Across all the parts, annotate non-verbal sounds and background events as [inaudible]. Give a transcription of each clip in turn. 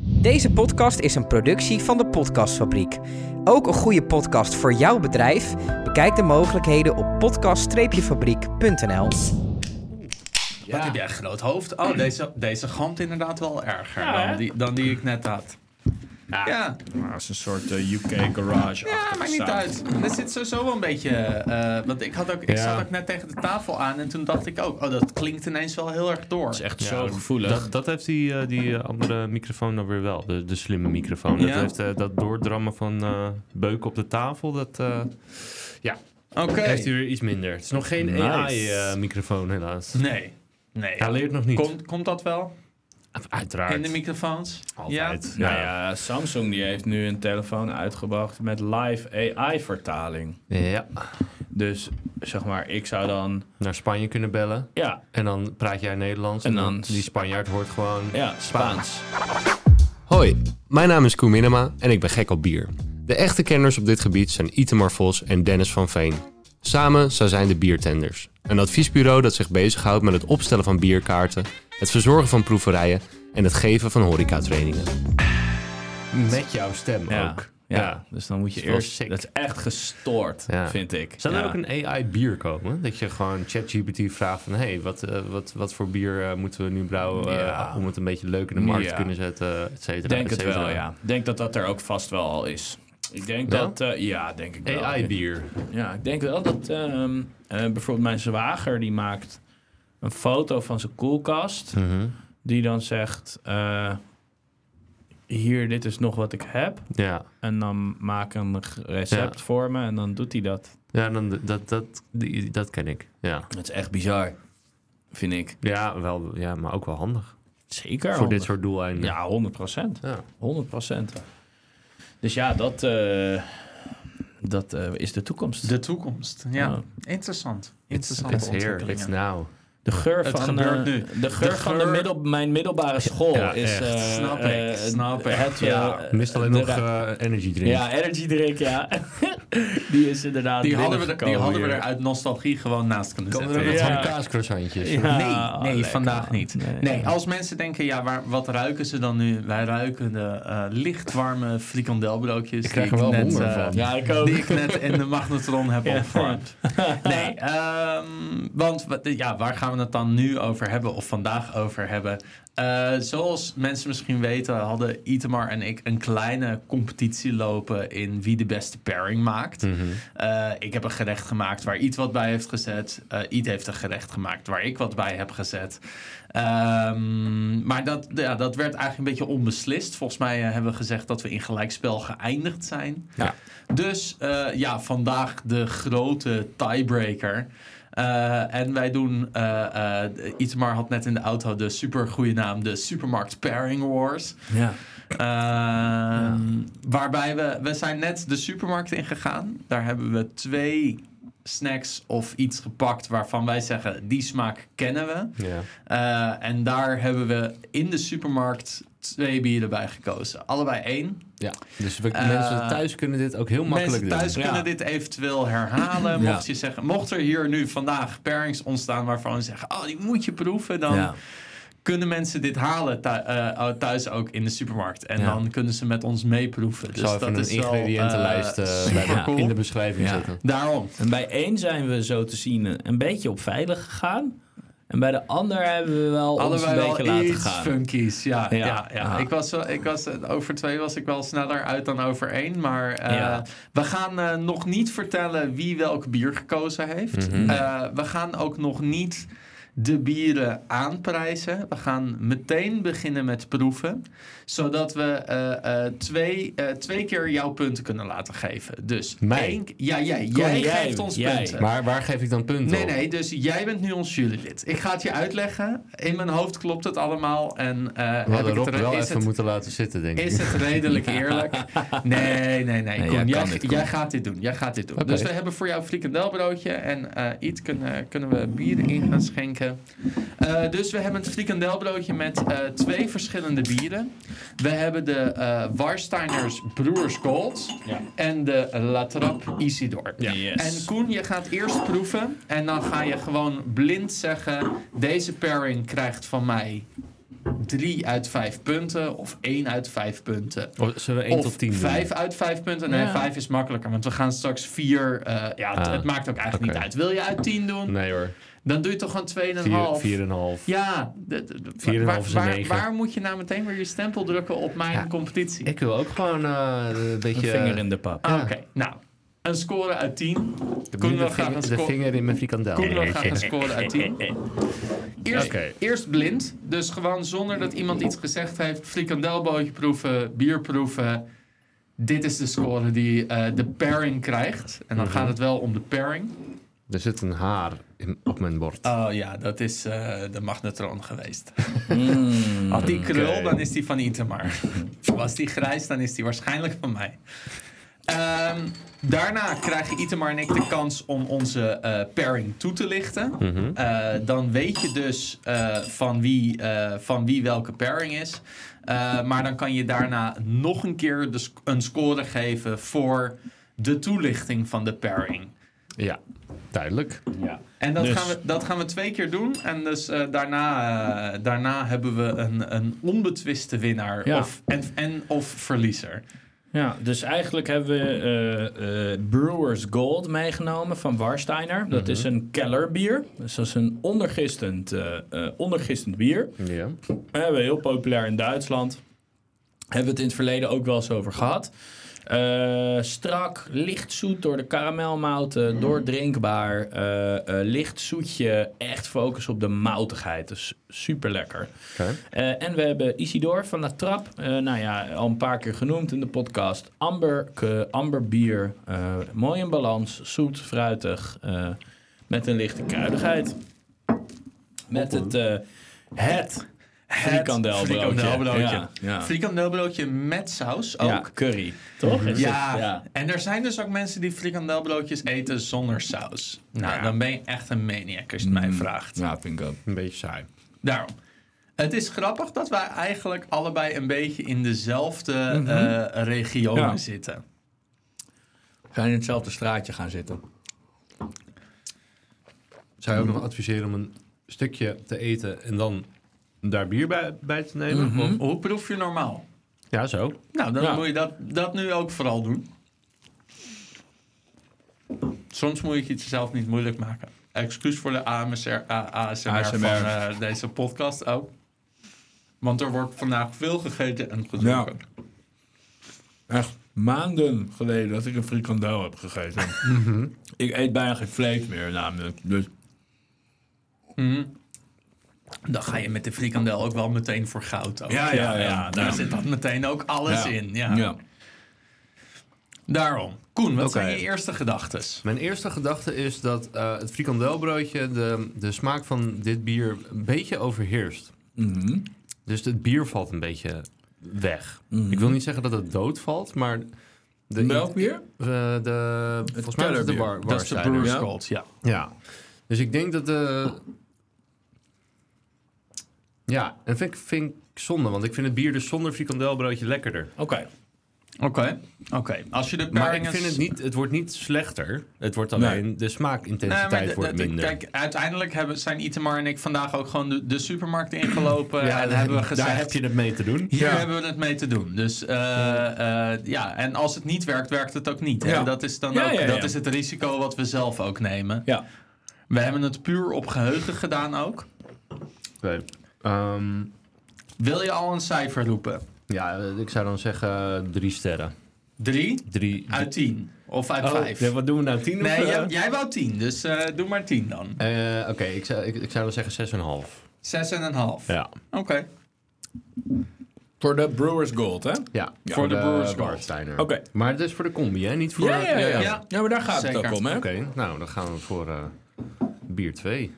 Deze podcast is een productie van de Podcastfabriek. Ook een goede podcast voor jouw bedrijf? Bekijk de mogelijkheden op podcast-fabriek.nl. Wat heb jij een groot [clears throat] hoofd? Oh, deze, deze gamt inderdaad wel erger Ja, hè? dan, die, dan die ik net had. Ja, ja, Nou, dat is een soort eh, UK garage. maakt niet uit. Er zit sowieso wel een beetje... eh, want ik, had ook, ik Ja. zat ook net tegen de tafel aan en toen dacht ik ook... Oh, dat klinkt ineens wel heel erg door. Dat is echt Ja, zo dat- gevoelig. Dat, dat heeft die, eh, die eh, andere microfoon dan weer wel. De, de slimme microfoon. Ja. Dat heeft eh, dat doordrammen van eh beuken op de tafel. Dat eh, Oké. heeft hij weer iets minder. Het is nog geen Nice. AI-microfoon helaas. Nee. Nee. Hij leert nog niet. Komt, komt dat wel Uiteraard. in de microfoons? Altijd. Nou ja, Samsung die heeft nu een telefoon uitgebracht met live AI-vertaling. Ja. ja. Dus zeg maar, ik zou dan... Naar Spanje kunnen bellen. Ja, En dan praat jij Nederlands. En dan- die Spanjaard hoort gewoon... ja Spaans. Hoi, mijn naam is Koen Minema en ik ben gek op bier. De echte kenners op dit gebied zijn Itemar Vos en Dennis van Veen. Samen zij zijn de Biertenders. Een adviesbureau dat zich bezighoudt met het opstellen van bierkaarten, het verzorgen van proeverijen en het geven van horecatrainingen. Met jouw stem Ja. ook. Ja. dus dan moet je Dat is wel eerst... sick. Dat is echt gestoord, Ja. vind ik. Zou er Ja. ook een AI-bier komen? Dat je gewoon ChatGPT vraagt van... hey, wat, eh, wat, wat voor bier eh, moeten we nu brouwen... eh, Ja. om het een beetje leuk in de markt te Ja. kunnen zetten, et cetera, Denk et het cetera. wel, ja. Ik Denk dat dat er ook vast wel al is. Ik denk Wel? dat... eh, ja, denk ik wel. AI-bier. Ja, ik denk wel dat ehm, eh, bijvoorbeeld mijn zwager die maakt een foto van zijn koelkast. Mhm. Die dan zegt: eh, Hier, dit is nog wat ik heb. Ja. En dan maak een g- recept voor me en dan doet hij dat. Ja, dan, dat, dat, die, dat ken ik. Ja. Dat is echt bizar, vind ik. Ja, wel, ja, maar ook wel handig. Zeker. Voor dit honderd- soort doeleinden. Ja, 100 procent. Ja. 100 Dus ja, dat, eh, dat eh, is de toekomst. De toekomst, ja. Ja. Interessant. It's, Interessante it's here, ontwikkelingen. it's now. De geur Het van, gebeurt eh, nu. De geur De van de geur- middel, mijn middelbare school Ja, is. echt. eh, Snap ik, eh, snap ik. Het, Ja. eh, Uh, Mist alleen de nog ra- eh, energy drink. ja, energy drink, ja. [laughs] die is inderdaad. Die hadden, we er, die binnengekomen hadden we hier. er uit nostalgie gewoon naast kunnen Komen zetten. er ook nog Ja. van kaascroissantjes? Ja, Ah, nee, nee lekker. vandaag niet. Nee. Nee, als mensen denken, ja, waar, wat ruiken ze dan nu? Wij ruiken de eh, lichtwarme frikandelbroodjes. Ik krijg er wel net, honger eh, van. Ja, ik ook. Die ik net in de magnetron [laughs] heb Ja. opgewarmd. Nee, ehm, want wat- ja, waar gaan we het dan nu over hebben of vandaag over hebben? Eh, zoals mensen misschien weten, hadden Itemar en ik een kleine competitie lopen in wie de beste pairing maakt. Mhm. Eh, ik heb een gerecht gemaakt waar Iet wat bij heeft gezet. Eh Iet heeft een gerecht gemaakt waar ik wat bij heb gezet. Ehm, maar dat, ja, dat werd eigenlijk een beetje onbeslist. Volgens mij eh, hebben we gezegd dat we in gelijkspel geëindigd zijn. Ja. Dus eh, ja, vandaag de grote tiebreaker. Eh, en wij doen, eh eh Itamar had net in de auto de super goede naam, de Supermarkt Pairing Wars. Ja. Ehm, Waarbij we, we zijn net de supermarkt ingegaan. Daar hebben we twee snacks of iets gepakt waarvan wij zeggen, die smaak kennen we. Ja. Eh, en daar hebben we in de supermarkt twee bieren bij gekozen. Allebei één. Ja, dus we, Eh, mensen thuis kunnen dit ook heel makkelijk Mensen thuis doen. kunnen dus. Ja. dit eventueel herhalen. Ja. Mocht, je zeggen, mocht er hier nu vandaag pairings ontstaan waarvan we zeggen... oh, die moet je proeven, dan Ja. kunnen mensen dit halen thu- eh, thuis ook in de supermarkt. En Ja. dan kunnen ze met ons meeproeven. Dus Ik zal dat even een is wel, ingrediëntenlijst eh, [laughs] eh, bij de- supercool. in de beschrijving Ja. zetten. Daarom. En bij één zijn we zo te zien een- een beetje op veilig gegaan. En bij de ander hebben we wel Allebei ons een beetje wel laten iets gaan. funkies. Ja, ja. Ja. ja, Ah. Ik was, wel- ik was, over twee was ik wel sneller uit dan over één. Maar eh, Ja. we gaan eh, nog niet vertellen wie welk bier gekozen heeft. Mhm. Eh, we gaan ook nog niet de bieren aanprijzen. We gaan meteen beginnen met proeven. Zodat we eh, eh, twee, eh, twee keer jouw punten kunnen laten geven. Dus Mij? één- ja, jij, Kom, jij, jij, geeft ons jij. punten. Maar waar geef ik dan punten Nee, op? nee, dus jij bent nu ons jurylid. Ik ga het je uitleggen. In mijn hoofd klopt het allemaal. En eh We heb hadden ik Rob het, wel er- even is, het, moeten laten zitten, denk ik. is het [laughs] redelijk eerlijk? Nee, nee, nee. Nee, Koen, jij jij, kan dit, Koen. jij gaat dit doen. Jij gaat dit doen. Oké. Dus we hebben voor jou een frikandelbroodje. En eh iets kunnen, kunnen we bier in gaan schenken. Eh, dus we hebben het frikandelbroodje met eh, twee verschillende bieren. We hebben de eh Warsteiners Broers Gold. Ja. En de La Trappe Isidor. Ja. Yes. En Koen, je gaat eerst proeven. En dan ga je gewoon blind zeggen: deze pairing krijgt van mij drie uit vijf punten of één uit vijf punten. Of zullen we 1 of Oh, tot 10 doen? vijf uit vijf punten. Nee, Ja. vijf is makkelijker, want we gaan straks vier... eh, ja, het, Ah, het maakt ook eigenlijk oké. niet uit. Wil je uit tien doen, Nee hoor, dan doe je toch gewoon 4,5. tweeënhalf. Ja, Ja, de- de- de- Vier en een waar, half is een waar, negen. waar moet je nou meteen weer je stempel drukken op mijn Ja, competitie? ik wil ook gewoon eh, een Een beetje... vinger in de pap. Ah, Oké, nou, een score uit 10. de, Koen wil de, graag een vinger, de score. vinger in mijn frikandel. Koen wil eh, graag een score uit 10. Eerst, Oké. eerst blind, dus gewoon zonder dat iemand iets gezegd heeft. Frikandelbootje proeven, bier proeven. Dit is de score die eh, de pairing krijgt. En Mhm. dan gaat het wel om de pairing. Er zit een haar in- op mijn bord. Oh ja, dat is eh, de magnetron geweest. Mm. Had die krul, Oké. dan is die van Itamar. Was die grijs, dan is die waarschijnlijk van mij. Ehm, daarna krijgen Itamar en ik de kans om onze eh, pairing toe te lichten. Eh, dan weet je dus eh, van, wie, eh, van wie welke pairing is. Eh, maar dan kan je daarna nog een keer de sc- een score geven voor de toelichting van de pairing. Ja, duidelijk. Ja. En dat, Dus- gaan we, dat gaan we twee keer doen. En dus eh, daarna, eh, daarna hebben we een, een onbetwiste winnaar Ja. of, en, en of verliezer. Ja, dus eigenlijk hebben we eh, eh, Brewers Gold meegenomen van Warsteiner. Dat is een kellerbier. Dus dat is een ondergistend, eh, eh, ondergistend bier. Ja. We hebben heel populair in Duitsland. Hebben we het in het verleden ook wel eens over gehad. Eh, strak, licht zoet door de karamelmouten, doordrinkbaar, eh, eh, licht zoetje, echt focus op de moutigheid. Dus super lekker. Oké. Eh, en we hebben Isidor van La Trap, eh, nou ja, al een paar keer genoemd in de podcast. Amber, ke- amber bier, eh, mooi in balans, zoet, fruitig, eh, met een lichte kruidigheid. Met het, eh het frikandelbroodje. frikandelbroodje. Ja, ja. Frikandelbroodje met saus ook. Ja, Ja. curry, toch? Is Ja. het? Mhm. ja. en er zijn dus ook mensen die frikandelbroodjes eten zonder saus. Nou, Ja. Mm. dan ben je echt een maniac als je het mij vraagt. Ja, Nou, vind ik ook. Een beetje saai. Daarom. Het is grappig dat wij eigenlijk allebei een beetje in dezelfde eh, regionen Mhm. Ja. zitten. We zijn in hetzelfde straatje gaan zitten. Zou je ook nog adviseren om een stukje te eten en dan daar bier bij, bij te nemen? Mhm. Of- Hoe proef je normaal? Ja, zo. Nou, dan Ja. moet je dat, dat nu ook vooral doen. Soms moet je het jezelf niet moeilijk maken. Excuus voor de AMSR, A- ASMR, van ASMR. eh, deze podcast ook. Want er wordt vandaag veel gegeten en gedronken. Echt maanden geleden dat ik een frikandel heb gegeten. Mhm. ik eet bijna geen vlees meer namelijk. Dus Dan ga je met de frikandel ook wel meteen voor goud. Ook. Ja, ja, ja, ja. Daar zit dat meteen ook alles in. Ja. ja. Daarom. Koen, wat Oké. zijn je eerste gedachten? Mijn eerste gedachte is dat eh, het frikandelbroodje de, de smaak van dit bier een beetje overheerst. Mhm. Dus het bier valt een beetje weg. Mhm. Ik wil niet zeggen dat het doodvalt, maar... De, Welk bier? eh, de, volgens mij was het de kellerbier. bar, Dat is de Warsteiner. Brewers ja. Gold, ja. Ja. Dus ik denk dat de... Ja, en vind ik, vind ik zonde, want ik vind het bier dus zonder frikandelbroodje lekkerder. Oké. Oké, oké. Als je de Maar ik pairings- vind het niet, het wordt niet slechter. Het wordt alleen, de Nee, smaakintensiteit Eh, maar d- wordt d- d- minder. Kijk, uiteindelijk hebben, zijn Itamar en ik vandaag ook gewoon de, de supermarkt ingelopen. en daar- eh, hebben we gezegd, daar heb je het mee te doen. hier hebben we het mee te doen. Dus eh, eh, ja, en als het niet werkt, werkt het ook niet. hè. Ja. Dat is dan Ja, ook, ja, ja. dat is het risico wat we zelf ook nemen. Ja. We hebben het puur op geheugen gedaan ook. Oké. Ehm, Wil je al een cijfer roepen? ja, ik zou dan zeggen drie sterren. Drie Drie. uit tien. Of uit Oh, vijf. ja, wat doen we nou? Tien? of, Nee, eh? jij, jij wou tien, dus eh, doe maar tien dan. Eh, Oké, ik, zou, ik, ik zou dan zeggen zes en een half. Zes en een half. Ja. Oké. Voor de Brewers Gold, hè? Oké. ja. Voor de Brewers Gold. Barsteiner. Maar het is voor de combi, hè? Niet voor... Ja, ja, ja, ja. ja. maar daar gaat Zeker. het ook om, hè? Oké, nou, dan gaan we voor eh, bier 2.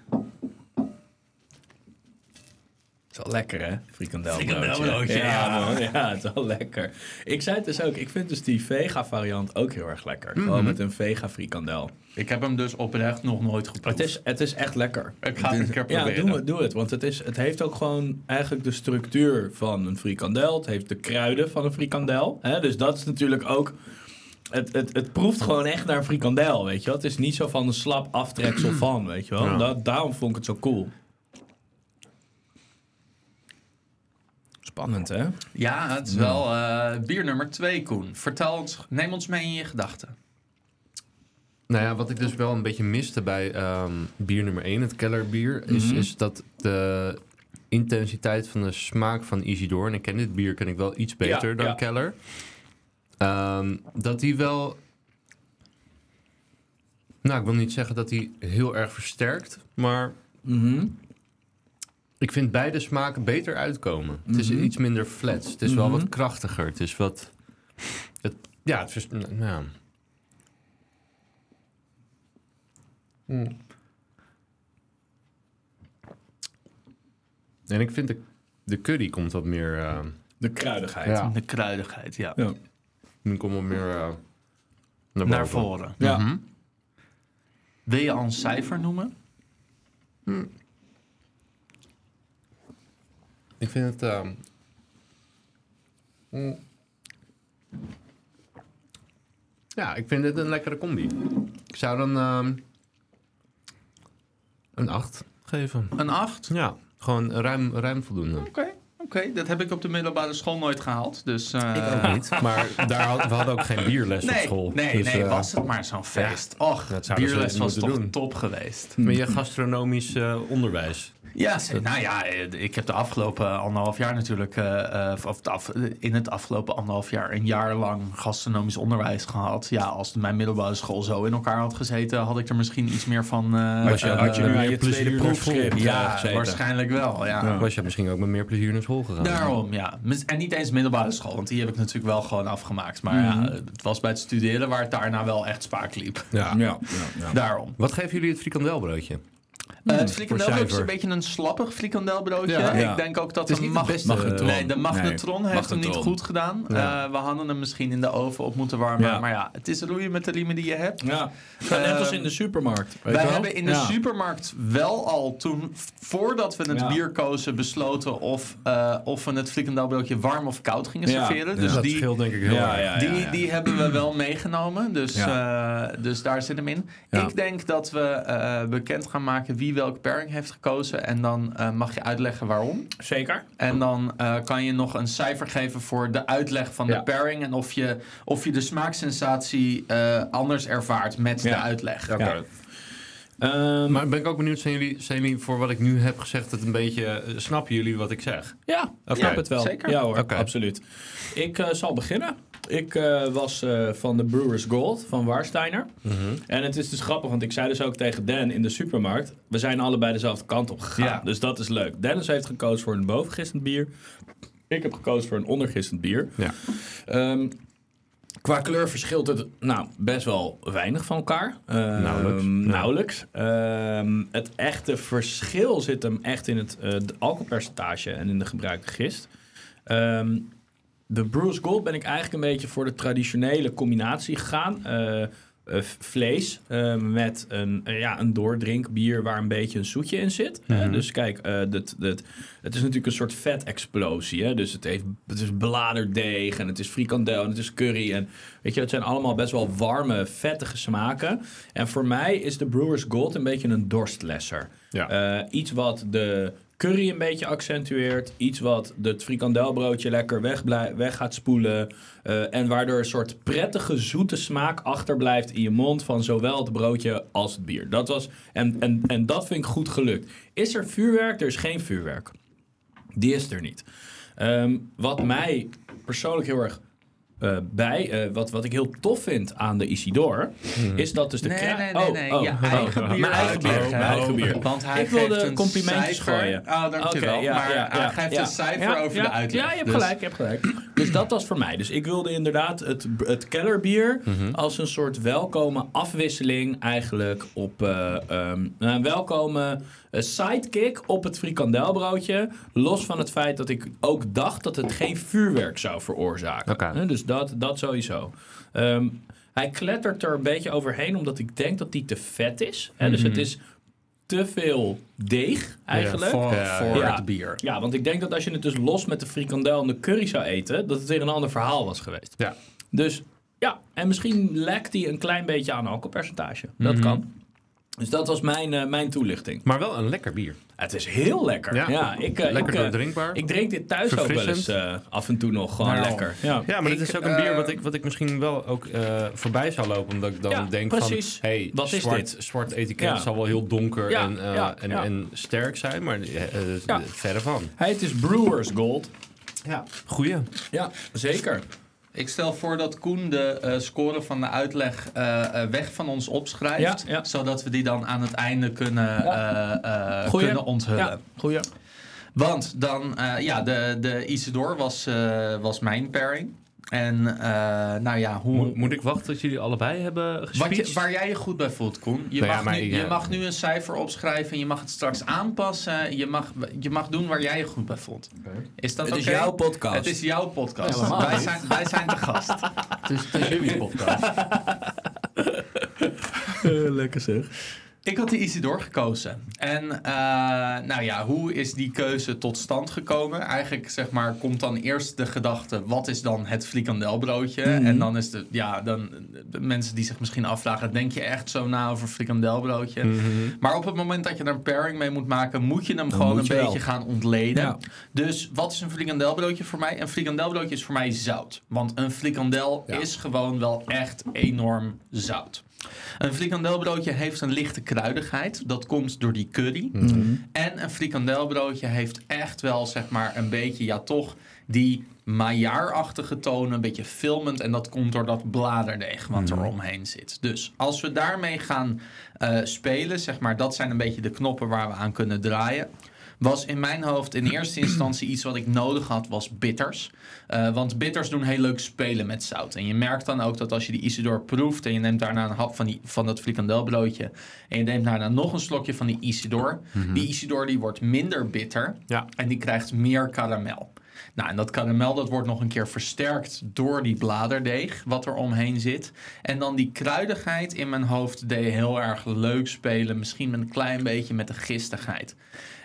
Het is wel lekker, hè? Frikandelbroodje. Frikandelbroodje, ja. ja. man. Ja, het is wel lekker. Ik zei het dus ook. Ik vind dus die vega-variant ook heel erg lekker. Gewoon met een vega-frikandel. Ik heb hem dus oprecht nog nooit geproefd. Het is, het is echt lekker. Ik ga het een keer Ja, proberen. doe het, doe het. Want het, is, het heeft ook gewoon eigenlijk de structuur van een frikandel. Het heeft de kruiden van een frikandel. Hè? Dus dat is natuurlijk ook... Het, het, het proeft gewoon echt naar een frikandel, weet je wel. Het is niet zo van een slap aftreksel van, weet je wel. Ja. Dat, daarom vond ik het zo cool. Spannend, hè? Ja, het is wel eh, bier nummer twee, Koen. Vertel ons, neem ons mee in je gedachten. Nou ja, wat ik dus wel een beetje miste bij ehm, bier nummer 1, het kellerbier, is, Mhm. is dat de intensiteit van de smaak van Isidore, en ik ken dit bier, ken ik wel iets beter Ja, dan ja. keller, ehm, dat die wel... Nou, ik wil niet zeggen dat die heel erg versterkt, maar Mhm. ik vind beide smaken beter uitkomen. Het is Mhm. iets minder flats, het is wel Mhm. wat krachtiger, het is wat... Het, ja, het is... Nou, ja. En ik vind de, de curry komt wat meer. eh, De kruidigheid. ja, Mhm. De kruidigheid, ja. Ja. die komt wat meer. eh, Naar naar, boven. voren. Ja. Mhm. Wil je al een cijfer noemen? Ik vind het. eh, mm. ja, ik vind dit een lekkere combi. Ik zou dan. ehm, een 8 geven. Een acht? Oké, Ja, gewoon ruim, ruim voldoende. oké. Dat heb ik op de middelbare school nooit gehaald. Dus, eh, niet. [laughs] Maar daar had, we hadden ook geen bierles op Nee, school. nee, Dus, nee eh, was het maar zo'n feest. Och, dat het zouden ze bierles was moeten toch doen. top geweest. Met je gastronomisch eh, onderwijs. Ja, ze- nou ja, eh, ik heb de afgelopen anderhalf jaar natuurlijk, eh, eh, of de af- in het afgelopen anderhalf jaar, een jaar lang gastronomisch onderwijs gehad. Ja, als mijn middelbare school zo in elkaar had gezeten, had ik er misschien iets meer van. eh, Was je- eh, had je nu aan je plezier naar proefschrift eh, ja, gezeten. waarschijnlijk wel. Ja. Was je misschien ook met meer plezier naar school gegaan? Daarom, ja. Mis- En niet eens middelbare school, want die heb ik natuurlijk wel gewoon afgemaakt. Maar ja, het was bij het studeren waar het daarna wel echt spaak liep. Ja. Ja, ja, ja. Daarom. Wat geven jullie het frikandelbroodje? Eh, het frikandelbroodje is cijfer. een beetje een slappig frikandelbroodje. Ja. Ik Ja. denk ook dat Het is de niet het mag- beste. magnetron. Nee, de magnetron Nee, heeft hem niet magnetron. goed gedaan. Ja. Eh, we hadden hem misschien in de oven op moeten warmen. Ja. Maar ja, het is roeien met de riemen die je hebt. Ja, het gaat net als in de supermarkt. weet je Wij wel? hebben in de Ja. supermarkt wel al toen, voordat we het Ja. bier kozen, besloten of, eh, of we het frikandelbroodje warm of koud gingen Ja. serveren. Ja. Dus dat die, scheelt denk ik heel Ja, erg. ja, die, ja, ja. die hebben we wel meegenomen. Dus, eh, dus daar zit hem in. Ja. Ik denk dat we eh, bekend gaan maken wie welke pairing heeft gekozen. En dan eh, mag je uitleggen waarom. Zeker. En dan eh, kan je nog een cijfer geven voor de uitleg van Ja. de pairing. En of je, of je de smaaksensatie eh, anders ervaart met de Ja. uitleg. Ja. Ehm, Maar ben ik ook benieuwd, zijn jullie, zijn jullie voor wat ik nu heb gezegd het een beetje... eh, snappen jullie wat ik zeg? Ja, Oké. ik snap het wel. Zeker. Ja hoor, Oké. absoluut. Ik eh, zal beginnen. Ik eh, was eh, van de Brewers Gold van Warsteiner. Mhm. En het is dus grappig, want ik zei dus ook tegen Dan in de supermarkt... we zijn allebei dezelfde kant op gegaan. Ja. Dus dat is leuk. Dennis heeft gekozen voor een bovengistend bier. Ik heb gekozen voor een ondergistend bier. Ja. Ehm, qua kleur verschilt het nou, best wel weinig van elkaar. Ehm, Nauwelijks. nauwelijks. Ehm, het echte verschil zit hem echt in het eh, de alcoholpercentage en in de gebruikte gist. Ehm, de Bruce Gold ben ik eigenlijk een beetje voor de traditionele combinatie gegaan. Eh, eh, v- vlees eh, met een, eh, ja, een doordrinkbier waar een beetje een zoetje in zit. hè. Dus kijk, eh dat, dat, het is natuurlijk een soort vetexplosie. Hè? Dus het, heeft, het is bladerdeeg en het is frikandel en het is curry. En, weet je, het zijn allemaal best wel warme, vettige smaken. En voor mij is de Brewers Gold een beetje een dorstlesser. Ja. Eh, iets wat de curry een beetje accentueert. Iets wat het frikandelbroodje lekker weg, blij- weg gaat spoelen. eh, en waardoor een soort prettige, zoete smaak achterblijft in je mond van zowel het broodje als het bier. Dat was, en, en, en dat vind ik goed gelukt. Is er vuurwerk? Er is geen vuurwerk. Die is er niet. Ehm, wat mij persoonlijk heel erg eh, bij, eh, wat, wat ik heel tof vind aan de Isidore, is dat dus de Nee, kra- nee, nee, Oh, nee. oh, Je oh, eigen oh, bier Mijn eigen bier. uitleggen. Oh. Mijn eigen bier. Want hij Ik wilde geeft een complimentjes cijfer. gooien. Ah, dankjewel. Oké, ja, maar eh, ja, hij ja, geeft ja. een cijfer Ja, over ja, de uitleg. Ja, je hebt Dus- gelijk, je hebt gelijk. Dus dat was voor mij. Dus ik wilde inderdaad het, het kellerbier Mhm. als een soort welkome afwisseling eigenlijk op... eh, ehm, een welkome eh, sidekick op het frikandelbroodje. Los van het feit dat ik ook dacht dat het geen vuurwerk zou veroorzaken. Oké. Hè, Dus dat, dat sowieso. Ehm, hij klettert er een beetje overheen, omdat ik denk dat die te vet is. Hè? Mhm. Dus het is te veel deeg eigenlijk. Voor, Ja, voor ja. het bier. Ja, want ik denk dat als je het dus los met de frikandel en de curry zou eten, dat het weer een ander verhaal was geweest. Ja. Dus ja, en misschien lekt hij een klein beetje aan alcoholpercentage. Dat kan. Dus dat was mijn, eh, mijn toelichting. Maar wel een lekker bier. Het is heel lekker. Ja, Ja. ik, eh, Lekker ik, eh, doordrinkbaar. Ik drink dit thuis ook wel eens Verfrissend. eh, af en toe nog. Gewoon Nou. lekker. Ja. Ja, maar dit Ik, is ook een bier eh, wat ik, wat ik misschien wel ook eh, voorbij zou lopen. Omdat ik dan Ja, denk precies. van, hey, Wat is zwart, dit? zwart etiket Ja. zal wel heel donker Ja, en, eh, ja, en, ja. en sterk zijn. Maar eh, eh, Ja. verre van. Hey, het is Brewers Gold. Goeie. Ja, zeker. Ik stel voor dat Koen de eh, score van de uitleg eh, eh, weg van ons opschrijft. Ja, ja. Zodat we die dan aan het einde kunnen, eh, eh, Goeie. kunnen onthullen. Ja, goeie. Want dan, eh, ja, de, de Isidor was, eh, was mijn pairing. En eh, nou ja, hoe, Moet, moet ik wachten tot jullie allebei hebben wat gespeeld? je, waar jij je goed bij voelt, Koen. Je, Nou ja, mag, maar nu, ik, je eh, mag nu een cijfer opschrijven. Je mag het straks aanpassen. Je mag, je mag doen waar jij je goed bij voelt. Is dat Het oké? is jouw podcast. Het is jouw podcast. Helemaal wij, niet. zijn, wij zijn te gast. Het is, het is jullie podcast. [laughs] lekker zeg. Ik had de Isidor gekozen. En eh, nou ja, hoe is die keuze tot stand gekomen? Eigenlijk zeg maar, komt dan eerst de gedachte: wat is dan het frikandelbroodje? Mhm. En dan is de, ja, dan de mensen die zich misschien afvragen: denk je echt zo na over frikandelbroodje? Mhm. Maar op het moment dat je er een pairing mee moet maken, moet je hem gewoon moet een je beetje wel. gaan ontleden. Ja. Dus wat is een frikandelbroodje voor mij? Een frikandelbroodje is voor mij zout. Want een frikandel is gewoon wel echt enorm zout. Een frikandelbroodje heeft een lichte kruidigheid. Dat komt door die curry. En een frikandelbroodje heeft echt wel, zeg maar, een beetje, ja toch, die majaarachtige tonen. Een beetje filmend. En dat komt door dat bladerdeeg wat er omheen zit. Dus als we daarmee gaan eh, spelen, zeg maar, dat zijn een beetje de knoppen waar we aan kunnen draaien. Was in mijn hoofd in eerste instantie iets wat ik nodig had, was bitters. Eh, want bitters doen heel leuk spelen met zout. En je merkt dan ook dat als je die Isidor proeft en je neemt daarna een hap van, die, van dat frikandelbroodje. en je neemt daarna nog een slokje van die Isidor. Die Isidor die wordt minder bitter Ja. en die krijgt meer karamel. Nou, en dat karamel dat wordt nog een keer versterkt door die bladerdeeg wat er omheen zit. En dan die kruidigheid in mijn hoofd deed heel erg leuk spelen. Misschien een klein beetje met de gistigheid.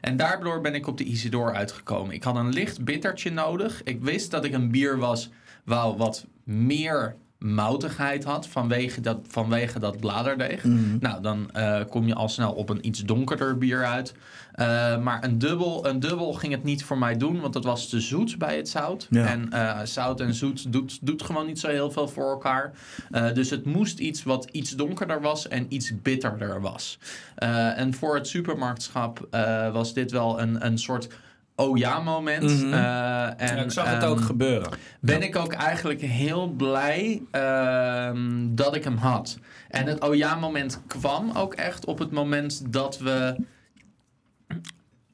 En daardoor ben ik op de Isidor uitgekomen. Ik had een licht bittertje nodig. Ik wist dat ik een bier was wou wat meer moutigheid had vanwege dat, vanwege dat bladerdeeg. Mhm. Nou, dan eh, kom je al snel op een iets donkerder bier uit. Eh, maar een dubbel, een dubbel ging het niet voor mij doen, want dat was te zoet bij het zout. Ja. En eh, zout en zoet doet, doet gewoon niet zo heel veel voor elkaar. Eh, dus het moest iets wat iets donkerder was en iets bitterder was. Eh, en voor het supermarktschap eh, was dit wel een, een soort oh ja moment. Mhm. Eh, en, ik zag het ook ehm, gebeuren. ben ik ook eigenlijk heel blij ehm, dat ik hem had. En het oh ja moment kwam ook echt op het moment dat we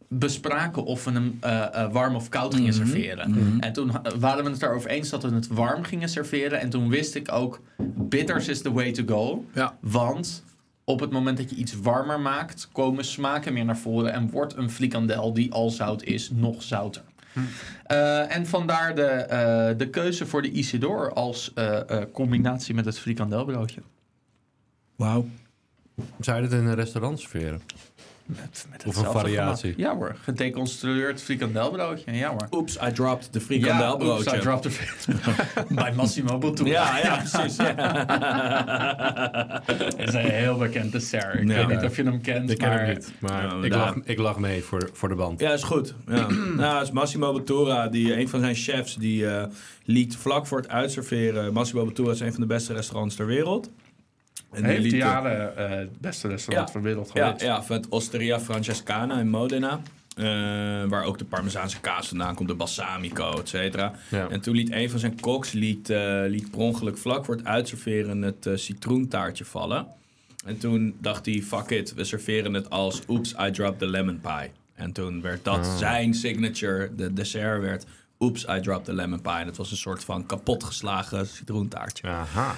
bespraken of we hem eh, eh, warm of koud gingen Mhm, serveren. En toen ha- waren we het erover eens dat we het warm gingen serveren. En toen wist ik ook, bitters is the way to go. Ja. Want op het moment dat je iets warmer maakt, komen smaken meer naar voren en wordt een frikandel die al zout is, nog zouter. Eh, en vandaar de, eh, de keuze voor de Isidor als eh, eh, combinatie met het frikandelbroodje. Wauw. Zou je dit in een restaurant serveren? Met, met Of hetzelfde een variatie. gemak. Ja hoor, gedeconstrueerd frikandelbroodje. Ja hoor. Oeps, I dropped Ja, oeps, de I frikandelbroodje. dropped [laughs] the- Bij Massimo Bottura. Ja, ja, [laughs] precies. Ja. Dat is een heel bekend dessert. Ik Ja. weet niet of je hem kent, Ik ken maar... hem niet, maar Ja, ik, nou, daar- lach, ik lach mee voor, voor de band. Ja, is goed. [clears throat] Ja. nou, is Massimo Bottura, die, eh, een van zijn chefs, die eh, liet vlak voor het uitserveren. Massimo Bottura is een van de beste restaurants ter wereld. En Heeft liet, die eh, jaren eh, het beste restaurant Ja. van de wereld ja, geweest. ja, van het Osteria Francescana in Modena. eh, waar ook de Parmezaanse kaas vandaan komt, de balsamico, et cetera. Ja. En toen liet een van zijn koks liet, eh, liet per ongeluk vlak voor het uitserveren het eh, citroentaartje vallen. En toen dacht hij, fuck it, we serveren het als Oops, I dropped the lemon pie. En toen werd dat Ah. zijn signature, de dessert werd Oops, I dropped the lemon pie. En dat was een soort van kapotgeslagen citroentaartje. Aha.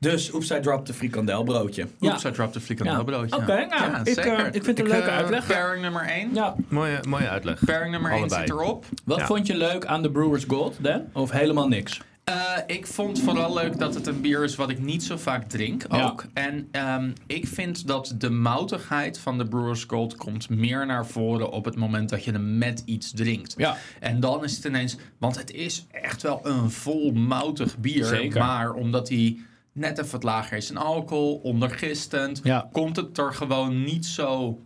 Dus Oops, I dropped the frikandelbroodje. Oeps, I dropped the frikandelbroodje. Ja. Oké, nou, ik, eh, ik vind het een leuke eh, uitleg. Pairing nummer 1. Ja. Mooie, mooie uitleg. Pairing nummer 1 Allebei. zit erop. Wat Ja. vond je leuk aan de Brewers Gold, Dan? Of helemaal niks? Eh, ik vond vooral leuk dat het een bier is wat ik niet zo vaak drink Ja. ook. En ehm, ik vind dat de moutigheid van de Brewers Gold komt meer naar voren op het moment dat je hem met iets drinkt. Ja. En dan is het ineens, want het is echt wel een vol moutig bier. Zeker. Maar omdat hij net even wat lager is in alcohol, ondergistend. Ja. Komt het er gewoon niet zo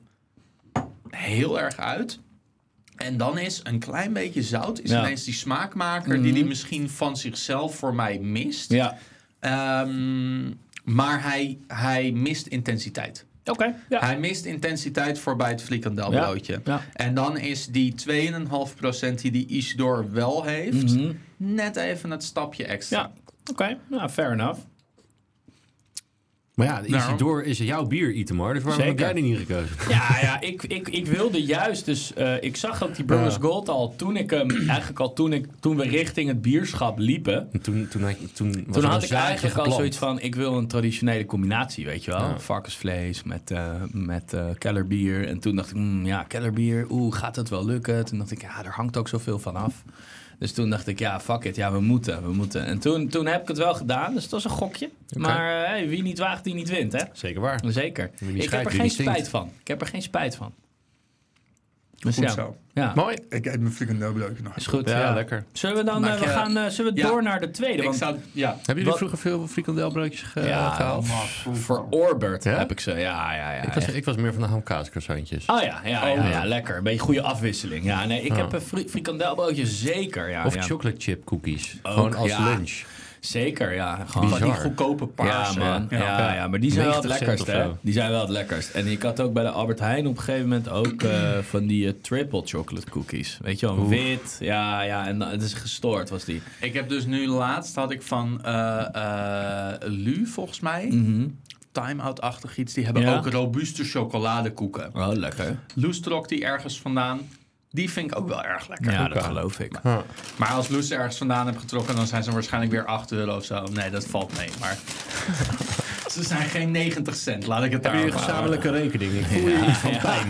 heel erg uit. En dan is een klein beetje zout is Ja. ineens die smaakmaker die die misschien van zichzelf voor mij mist. Mhm. Ja. Ehm, maar hij, hij mist intensiteit. Oké. Ja. Hij mist intensiteit voorbij het frikandelbroodje. Ja, ja. En dan is die 2,5% die die Isidor wel heeft, net even het stapje extra. Mhm. ja. Oké. Nou, fair enough. Maar ja, Daarom. Door is jouw bier, Itemar. Dus waarom Zeker. heb jij die niet gekozen? Ja, ja ik, ik, ik wilde juist. Dus eh, ik zag ook die Brothers Gold al toen ik hem. Eigenlijk al toen, ik, toen we richting het bierschap liepen. En Toen, toen, had je- toen, was Toen er had een ik zaadje eigenlijk al geplant. zoiets van: ik wil een traditionele combinatie, weet je wel. Varkensvlees met, eh, met eh, kellerbier. En toen dacht ik: mm, ja, kellerbier, oeh, gaat het wel lukken? Toen dacht ik: ja, er hangt ook zoveel van af. Dus toen dacht ik: ja, fuck it, ja, we moeten, we moeten. En toen, toen heb ik het wel gedaan, dus het was een gokje. Maar eh, hey, wie niet waagt, die niet wint, hè? Zeker waar. Zeker. niet ik heb scheidt, er wie geen niet stinkt. spijt van. Ik heb er geen spijt van. Dus Goed ja. zo. Ja, Mooi. Ik eet mijn frikandelbroodje nog. is goed. Ja, Ja, lekker. Zullen we dan Maak eh, we je- gaan, eh, zullen we Ja. door naar de tweede? Ik Want zou, ja. Hebben jullie Wat- vroeger veel frikandelbroodjes ge- ja, gehaald? verorberd Ja? heb ik ze. Ja, ja, ja. Ik was, echt. ik was meer van de hamkaascroissantjes. Oh ja, ja, ja, ja, lekker. Een beetje goede afwisseling. Ja, nee, ik heb een fri frikandelbroodje zeker. Ja, Of ja. chocolate chip cookies. Gewoon als ja. lunch. Zeker, ja. Gewoon Van die Bizar. goedkope Ja, paarse. man. Ja, ja, maar die zijn wel het 90 cent lekkerst, of hè? zo. Die zijn wel het lekkerst. En ik had ook bij de Albert Heijn op een gegeven moment ook eh, van die eh, triple chocolate cookies. Weet je wel, wit. Ja, ja. En dan- het is gestoord, was die. Ik heb dus nu laatst had ik van eh, eh, Lu, volgens mij. Time-out-achtig iets. Die hebben Mhm. Ja. ook robuuste chocoladekoeken. Oh, lekker. Loes trok die ergens vandaan. Die vind ik ook wel erg lekker. Ja, dat geloof ik. Maar als Loes er ergens vandaan heb getrokken, dan zijn ze waarschijnlijk weer 8 euro of zo. Nee, dat valt mee. Maar [laughs] ze zijn geen 90 cent. Laat ik het daar op houden. rekening? Ik voel hier iets van pijn.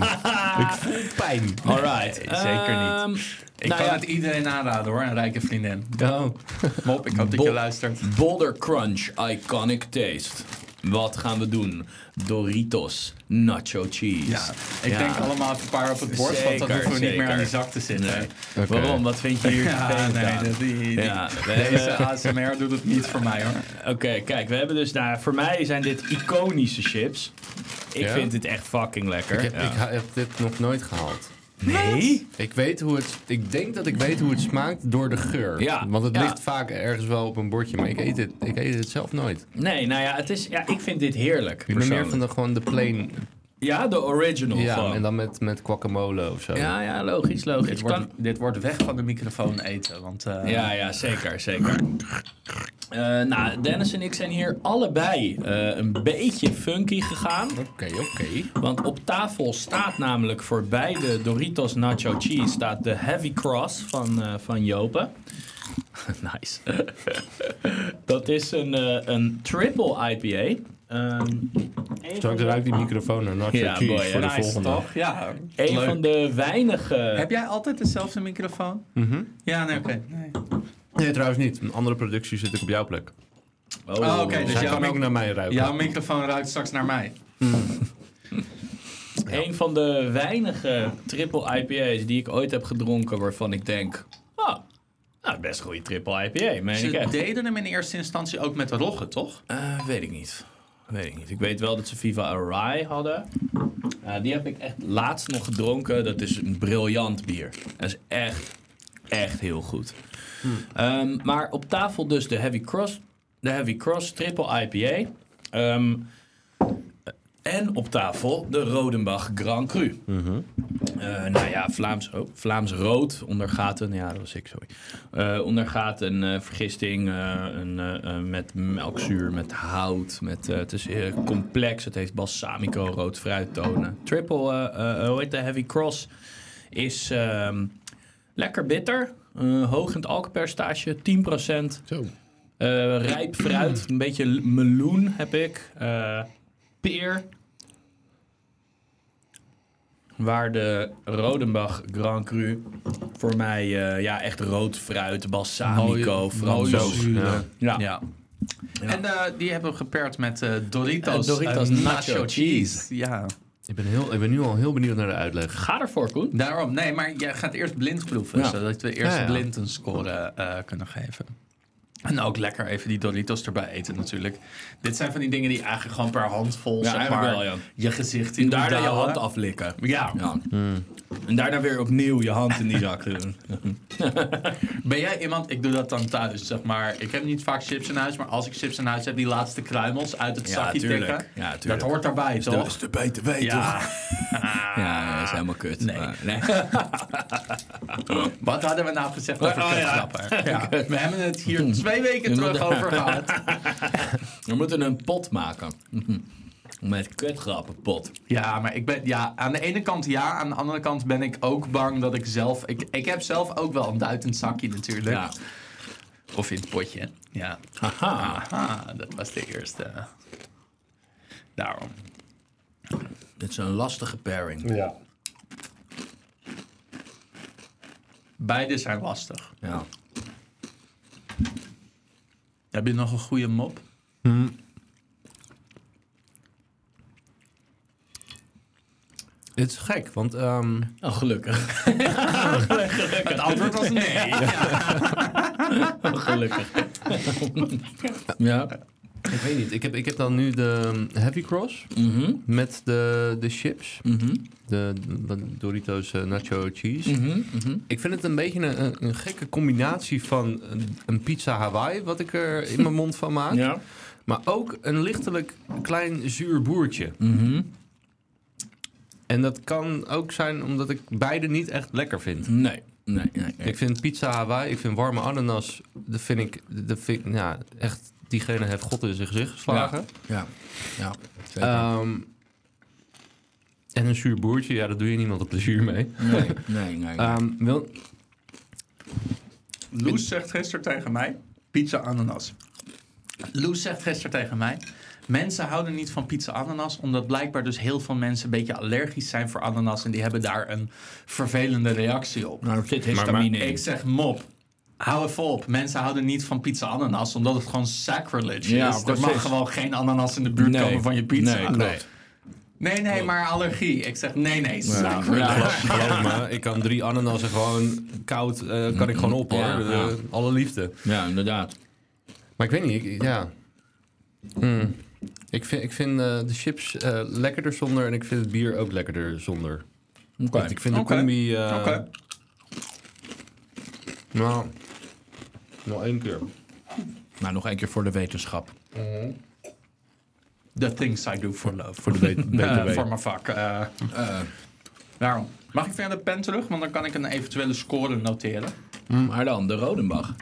Ik voel pijn. Alright. Nee, zeker niet. Ehm, Ik nou kan ja, het iedereen aanraden hoor, een rijke vriendin. Oh. Mop, ik hoop dat je Bob. luistert. Boulder Crunch Iconic Taste. Wat gaan we doen? Doritos Nacho Cheese. Ja, ik Ja. denk allemaal even een paar op het bord, want dat Zeker, hoeven we niet meer zeker. aan die zak te zitten. Nee. Waarom? Wat vind je hier [laughs] Ja, vervelend nee, aan? dat- die, die- Ja, we deze hebben- ASMR doet het niet voor mij hoor. [laughs] Oké, kijk, we hebben dus daar. Voor mij zijn dit iconische chips. Ik Ja? vind dit echt fucking lekker. Ik heb, Ja. ik ha- heb dit nog nooit gehaald. nee? Ik weet hoe het... Ik denk dat ik weet hoe het smaakt door de geur. Ja. Want het Ja. ligt vaak ergens wel op een bordje. Maar ik eet het, ik eet het zelf nooit. Nee, nou ja, het is, ja, ik vind dit heerlijk. Ik ben meer van persoonlijk. de, gewoon de plain... Ja, de original. Ja, gewoon. en dan met, met guacamole of zo. ja, ja, logisch, logisch. Dit wordt, Kan- dit wordt weg van de microfoon eten, want eh, Ja, ja, zeker, zeker. Eh, nou, Dennis en ik zijn hier allebei eh, een beetje funky gegaan. Oké, oké. Want op tafel staat namelijk voor beide Doritos Nacho Cheese staat de Heavy Cross van, eh, van Jopen. [laughs] nice. [laughs] dat is een, eh, een triple IPA. Ehm, een van Straks de- ruikt die microfoon naar nacho Ja, cheese boy, voor de nice, volgende. toch? Ja. een leuk. van de weinige. Heb jij altijd dezelfde microfoon? Mhm. Ja, nee, oké. Nee. Nee, trouwens niet. Een andere productie zit ik op jouw plek. Oh, oké, dus Zij jouw kan mic- ook naar mij ruiken. Jouw microfoon ruikt straks naar mij. Een van de weinige triple IPA's die ik ooit heb gedronken waarvan ik denk... Oh, nou, best een goede triple IPA, meen ik Ze echt. deden hem in eerste instantie ook met roggen, toch? Eh, weet ik niet. Weet ik niet. Ik weet wel dat ze Viva Rye hadden. Eh, die heb ik echt laatst nog gedronken. Dat is een briljant bier. Dat is echt, echt heel goed. Ehm, maar op tafel dus de Heavy Cross, de Heavy Cross Triple IPA. Ehm, en op tafel de Rodenbach Grand Cru. Eh, nou ja, Vlaams, oh, Vlaams rood ondergaat een... Ja, dat was ik, sorry. Eh, ondergaat een eh, vergisting eh, een, eh, eh, met melkzuur, met hout. Met, eh, het is eh, complex. Het heeft balsamico, rood fruittonen. Triple, eh, eh, hoe heet de Heavy Cross, is ehm, lekker bitter. eh, hoog in het alcoholpercentage, 10%. Zo. Eh, rijp fruit, een beetje l- meloen heb ik. eh, peer. Waar de Rodenbach Grand Cru voor mij eh, ja, echt rood fruit, balsamico, Frans. mooie zuren. Ja. Ja. En eh, die hebben we gepaard met eh, Doritos, Eh, Doritos eh, nacho cheese. Ja, Ik ben, heel, ik ben nu al heel benieuwd naar de uitleg. Ga ervoor, Koen. daarom. Nee, maar jij gaat eerst blind proeven, Ja. zodat we eerst Ja, ja. blind een score eh, kunnen geven. En ook lekker even die Doritos erbij eten natuurlijk. Dit zijn van die dingen die eigenlijk gewoon per handvol Ja, zeg maar, eigenlijk wel, ja. je gezicht in En moet daarna je douwen. hand aflikken. Ja. Ja. En daarna weer opnieuw je hand in die [laughs] zak doen. Ben jij iemand, ik doe dat dan thuis zeg maar. Ik heb niet vaak chips in huis, maar als ik chips in huis heb, die laatste kruimels uit het Ja, zakje tuurlijk. tikken. Ja, tuurlijk. Dus dat hoort daarbij toch? erbij te weten. Ja, Ja. [laughs] ja dat is helemaal kut. Nee. Maar, nee. Wat hadden we nou gezegd over Oh, [laughs] ja. kutgrappen? Ja. We hebben het hier [laughs] twee weken terug over gehad. [laughs] We moeten een pot maken. [laughs] Met kutgrappenpot. Ja, maar ik ben, ja, aan de ene kant ja, aan de andere kant ben ik ook bang dat ik zelf... Ik, ik heb zelf ook wel een duitend zakje natuurlijk. Ja. Of in het potje. Ja. Haha. Aha, dat was de eerste. Daarom. Dit is een lastige pairing. Ja. Beide zijn lastig. Ja. Heb je nog een goede mop? Het is gek, want ehm, Oh, gelukkig. [laughs] Het antwoord was nee. gelukkig. [laughs] ja. ik weet niet. Ik heb, ik heb dan nu de ehm, Heavy Cross Mhm. met de, de chips. Mhm. De, de Doritos eh, Nacho Cheese. Mhm. Mhm. Ik vind het een beetje een, een, een gekke combinatie van een, een pizza Hawaii, wat ik er in mijn mond van maak. Ja. Maar ook een lichtelijk klein zuur boertje. Mhm. En dat kan ook zijn omdat ik beide niet echt lekker vind. Nee. Nee, nee, nee. Ik vind pizza Hawaii, ik vind warme ananas, dat vind ik, dat vind, ik- ja, echt, diegene heeft God in zijn gezicht geslagen. Ja. Ja. Zeker. Ehm, en een zuur boertje, ja, dat doe je niemand op plezier mee. nee, nee, nee. nee. Ehm, wel, [laughs] Loes zegt gisteren tegen mij: pizza ananas. Loes zegt gisteren tegen mij: mensen houden niet van pizza ananas, omdat blijkbaar dus heel veel mensen een beetje allergisch zijn voor ananas en die hebben daar een vervelende reactie op. nou, er zit maar histamine in. Ik zeg mop. Hou even op. Mensen houden niet van pizza ananas, omdat het gewoon sacrilege Ja, is. Er precies. mag gewoon geen ananas in de buurt Nee. komen van je pizza. Nee, klopt. nee, nee, maar allergie. Ik zeg nee, nee, Ja, sacrilege. ja. geloof me, ik kan drie ananassen gewoon koud, eh, kan ik gewoon op hoor. Ja, Eh, ja. alle liefde. ja, inderdaad. Maar ik weet niet, ik- ja. Hmm. Ik vind, ik vind eh, de chips eh, lekkerder zonder en ik vind het bier ook lekkerder zonder. Oké. Ik vind de Oké. combi... eh, Oké. Nou, nog één keer. Nou, nog één keer voor de wetenschap. The things I do for love. Voor de [laughs] B- BTW. Eh, voor mijn vak. eh. Daarom. Mag ik weer de pen terug? Want dan kan ik een eventuele score noteren. Maar dan, de Rodenbach.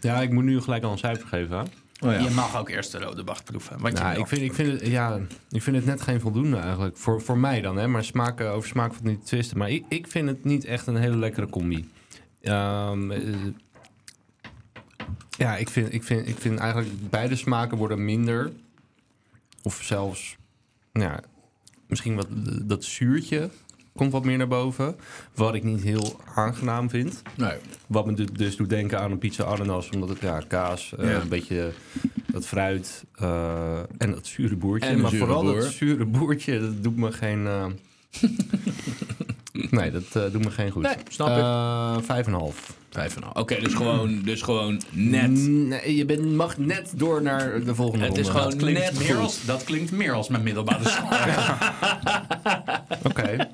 ja, ik moet nu gelijk al een cijfer geven. Hè? Oh ja. Je mag ook eerst de rode bach proeven. Wat je Nou, wil. ik vind, ik, vind het, ja, ik vind het net geen voldoende eigenlijk. Voor, voor mij dan, hè. Maar smaak, eh, over smaak van niet twisten. Maar ik, ik vind het niet echt een hele lekkere combi. Ehm, eh, ja, ik vind, ik, vind, ik vind eigenlijk beide smaken worden minder. Of zelfs, nou ja, misschien wat, dat zuurtje komt wat meer naar boven. Wat ik niet heel aangenaam vind. Nee. Wat me du- dus doet denken aan een pizza ananas. Omdat het ja, kaas, eh, Ja. een beetje dat fruit eh, en dat zure boertje. En een maar zure vooral boer. dat zure boertje, dat doet me geen... [laughs] eh, nee, dat eh, doet me geen goed. Nee, snap ik. Eh, Vijf en een half. Vijf en een half. Oké, dus, gewoon, dus gewoon net. Nee, je bent, mag net door naar de volgende Het is ronde. gewoon dat, klinkt net meer goed. als, dat klinkt meer als mijn middelbare [laughs] school. Oké.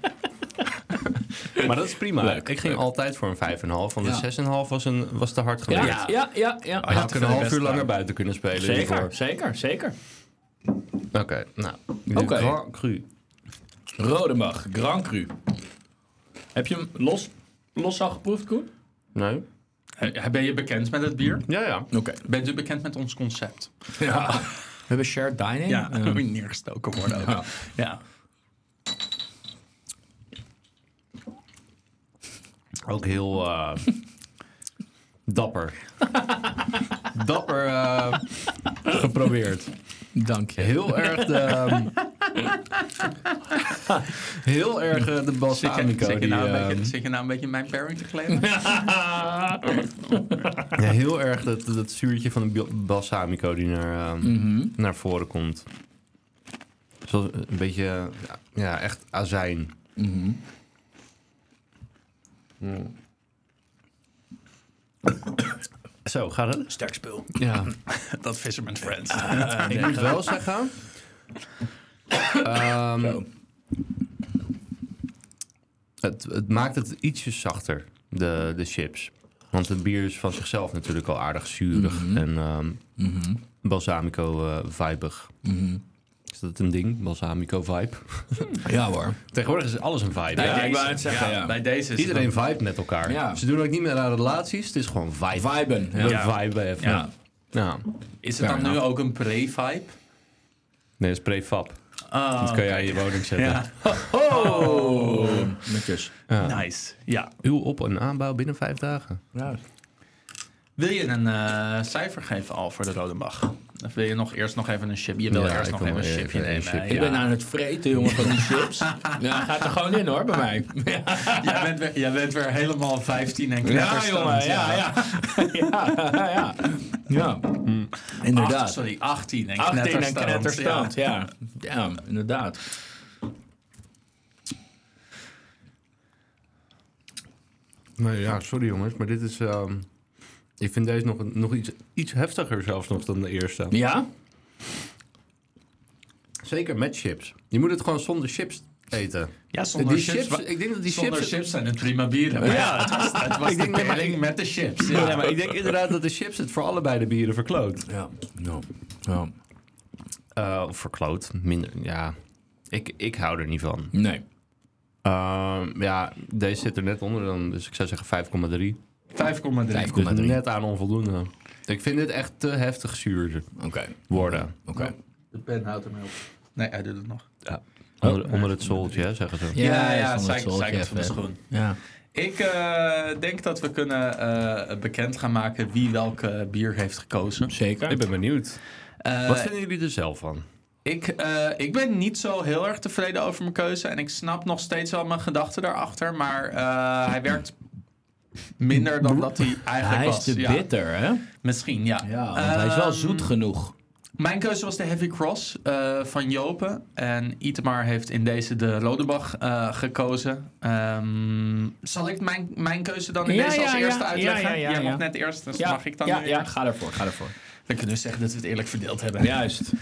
[laughs] maar dat is prima. Leuk, ik ging leuk. altijd voor een vijf en een half. Want Ja. een zes en een half was, een, was te hard geweest. Ja, Ah, ja, ja. ja. Had ik een veel half best uur langer gedaan. buiten kunnen spelen. hiervoor. Zeker, zeker, zeker. Oké, nou. Oké. Grand Cru. Rodenbach, Grand Cru. Heb je hem los, los al geproefd, Koen? Nee? Eh, Ben je bekend met het bier? Ja, ja. [laughs] Oké. Bent u bekend met ons concept? Ja. We hebben shared dining. Ja, [laughs] Eh, dan moet je neergestoken worden. ook. Ja. Ja. Ook heel eh, [laughs] dapper. dapper eh, geprobeerd. dank je. Heel erg de... [laughs] ehm, heel erg eh, de Zit, je, balsamico. zit je die, nou een ehm, beetje, zit je nou een beetje mijn pairing te kleden? eh, ja, heel erg dat, dat zuurtje van de bil- balsamico die naar, ehm, Mhm. naar voren komt. Zo, een beetje, eh, ja, echt azijn. Mhm. Zo, gaat het? Sterk spul. Ja. [laughs] Dat Fisherman Friends. ik moet wel zeggen... ehm, het, het maakt het ietsje zachter, de, de chips. Want het bier is van zichzelf natuurlijk al aardig zuurig en ehm balsamico-vibig. Is dat een ding? Balsamico-vibe? Ja hoor. Tegenwoordig is alles een vibe. Ja, hè? ik wou het zeggen, ja. Bij deze is Iedereen het vibe met elkaar. Ja. Ze doen ook niet meer aan relaties, het is gewoon vibe. Viben. We Ja. viben even. Ja. Ja. dan, is het dan nu ook een pre-vibe? Nee, dat is prefab. Ah, Dat kan jij in je woning zetten. Ja. Netjes. Nice. Ja. Uw op- en aanbouw binnen vijf dagen. Ja. Wil je een eh, cijfer geven al voor de Rodenbach? Of wil je nog eerst nog even een chip? Je wil Ja, eerst ik nog wil even een even chipje een nemen. chip. hè? Ik ben aan het vreten, jongen, van die [laughs] chips. Ja, gaat er gewoon in hoor, bij mij. [laughs] Jij bent, weer, jij bent weer helemaal 15 en Ja, knetterstand. jongen, ja, ja. [laughs] Ja, ja. Ja, Acht- inderdaad. sorry, 18 en 18 en knetterstand. knetterstand, ja. Ja, inderdaad. Nee, ja, Oh, sorry jongens, maar dit is... ehm, ik vind deze nog, nog iets, iets heftiger zelfs nog dan de eerste. Ja? Zeker met chips. Je moet het gewoon zonder chips eten. Ja, zonder die chips. chips, ik denk dat die zonder chips... chips, zijn het prima bieren. Maar ja, het was, [laughs] het was Ik de denk dat- pairing met de chips. Ja. Ja, maar ik denk inderdaad dat de chips het voor allebei de bieren verkloot. Ja. Ja. ja. Eh, Of verkloot, minder, ja. Ik, ik hou er niet van. Nee. Ehm, ja, deze zit er net onder dan, dus ik zou zeggen 5,3. 5,3. Dus 5,3. net aan onvoldoende. Ik vind dit echt te heftig zuur Oké. worden. Oké. De pen houdt hem op. Nee, hij doet het nog. Onder, onder het zooltje, hè, zeggen ze. Ja, is ja, van zij het zooltje zij het van de even. schoen. Ja. Ik eh, denk dat we kunnen eh, bekend gaan maken wie welke bier heeft gekozen. Zeker. Ik ben benieuwd. Eh, Wat vinden jullie er zelf van? ik, eh, ik ben niet zo heel erg tevreden over mijn keuze. En ik snap nog steeds wel mijn gedachten daarachter. Maar eh, hij werkt minder dan dat hij eigenlijk Hij is was. te ja. bitter, hè? Misschien, ja. Ja, want hij is wel Ehm, zoet genoeg. Mijn keuze was de Heavy Cross eh, van Jopen. En Itemar heeft in deze de Lodebach eh, gekozen. Ehm, zal ik mijn, mijn keuze dan in Ja, deze als ja, eerste ja. uitleggen? Ja, ja, ja, Jij ja. mag net eerst, dus mag ik dan ja, nu ja, eerst? ga ervoor, ga ervoor. We kunnen dus zeggen dat we het eerlijk verdeeld hebben. Juist.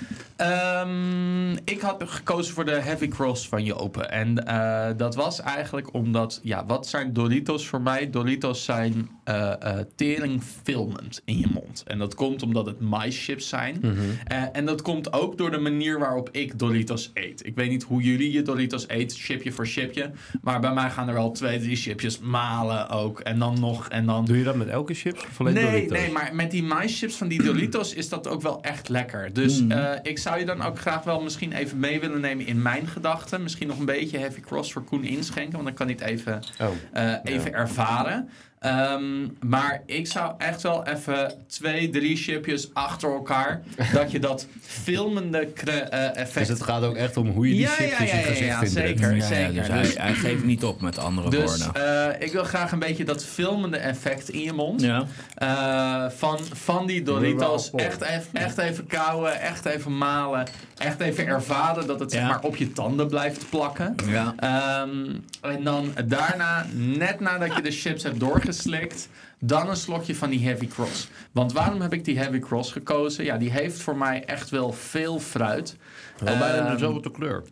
Ehm, ik had gekozen voor de Heavy Cross van Jopen. En eh, dat was eigenlijk omdat, ja, wat zijn Doritos voor mij? Doritos zijn eh eh, teringfilmend in je mond. En dat komt omdat het maischips zijn. Eh, en dat komt ook door de manier waarop ik Doritos eet. Ik weet niet hoe jullie je Doritos eet, chipje voor chipje. Maar bij mij gaan er wel twee, drie chipjes malen ook. En dan nog, en dan... Doe je dat met elke chips? Of alleen Nee, Doritos? nee, maar met die maischips van die Doritos is dat ook wel echt lekker. Dus Hmm. eh, ik zou je dan ook graag wel misschien even mee willen nemen in mijn gedachten. Misschien nog een beetje Heavy Cross voor Koen inschenken, want dan kan hij het even, Oh. eh, even ervaren. Ehm, maar ik zou echt wel even twee, drie chipjes achter [laughs] elkaar. dat je dat filmende cre- eh, Dus effect. het gaat ook echt om hoe je die Ja, chips ja, in ja, je ja, gezicht ja, vindt. zeker. Ja, ja, zeker. dus hij, hij geeft niet op met andere Dus woorden. eh, ik wil graag een beetje dat filmende effect in je mond. Ja. Eh, van, van die Doritos. Echt even, echt even kauwen, echt even malen. Echt even ervaren dat het Ja. zeg maar op je tanden blijft plakken. Ja. Ehm, en dan daarna, net nadat je de chips hebt doorgeslikt, dan een slokje van die Heavy Cross. Want waarom heb ik die Heavy Cross gekozen? Ja, die heeft voor mij echt wel veel fruit. Wel bijna Ehm, dezelfde kleur.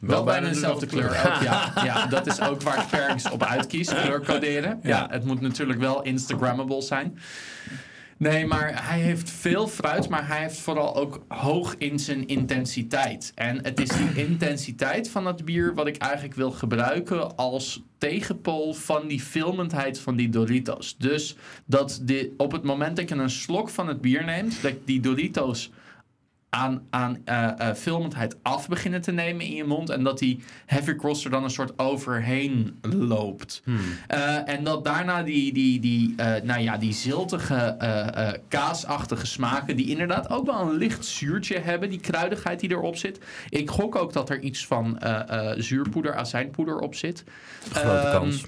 wel, bijna dezelfde kleur. ook, [laughs] ja. ja, dat is ook waar ik Perks op uitkies. Kleur coderen. Ja. het moet natuurlijk wel Instagrammable zijn. Nee, maar hij heeft veel fruit, maar hij heeft vooral ook hoog in zijn intensiteit. En het is die intensiteit van dat bier wat ik eigenlijk wil gebruiken als tegenpool van die filmendheid van die Doritos. Dus dat die, op het moment dat je een slok van het bier neemt, dat die Doritos aan, aan eh, eh, filmendheid af beginnen te nemen in je mond. En dat die heavy cross er dan een soort overheen loopt. Eh, en dat daarna die, die, die, eh, nou ja, die ziltige, eh, eh, kaasachtige smaken... die inderdaad ook wel een licht zuurtje hebben. Die kruidigheid die erop zit. Ik gok ook dat er iets van eh, eh, zuurpoeder, azijnpoeder op zit. Grote Ehm, kans.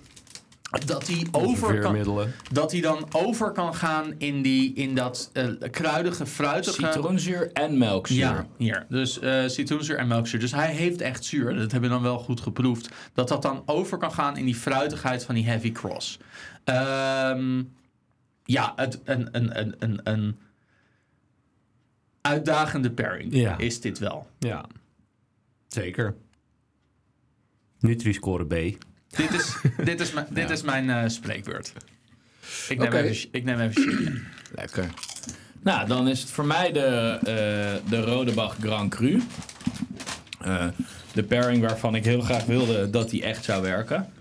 Dat die over kan, Vermiddelen. dat die dan over kan gaan in, die, in dat eh, kruidige, fruitige... Citroenzuur en melkzuur. Ja, hier. Dus eh, citroenzuur en melkzuur. Dus hij heeft echt zuur. Dat hebben we dan wel goed geproefd. Dat dat dan over kan gaan in die fruitigheid van die heavy cross. Ehm, ja, het, een, een, een, een, een uitdagende pairing Ja. is dit wel. Ja. Zeker. Nutri-score B. dit is, dit is, mijn- dit is mijn eh, spreekbeurt. Ik neem Oké. even... Ik neem even Lekker. Nou, dan is het voor mij de, eh de Rodebach Grand Cru. Eh, de pairing waarvan ik heel graag wilde dat die echt zou werken.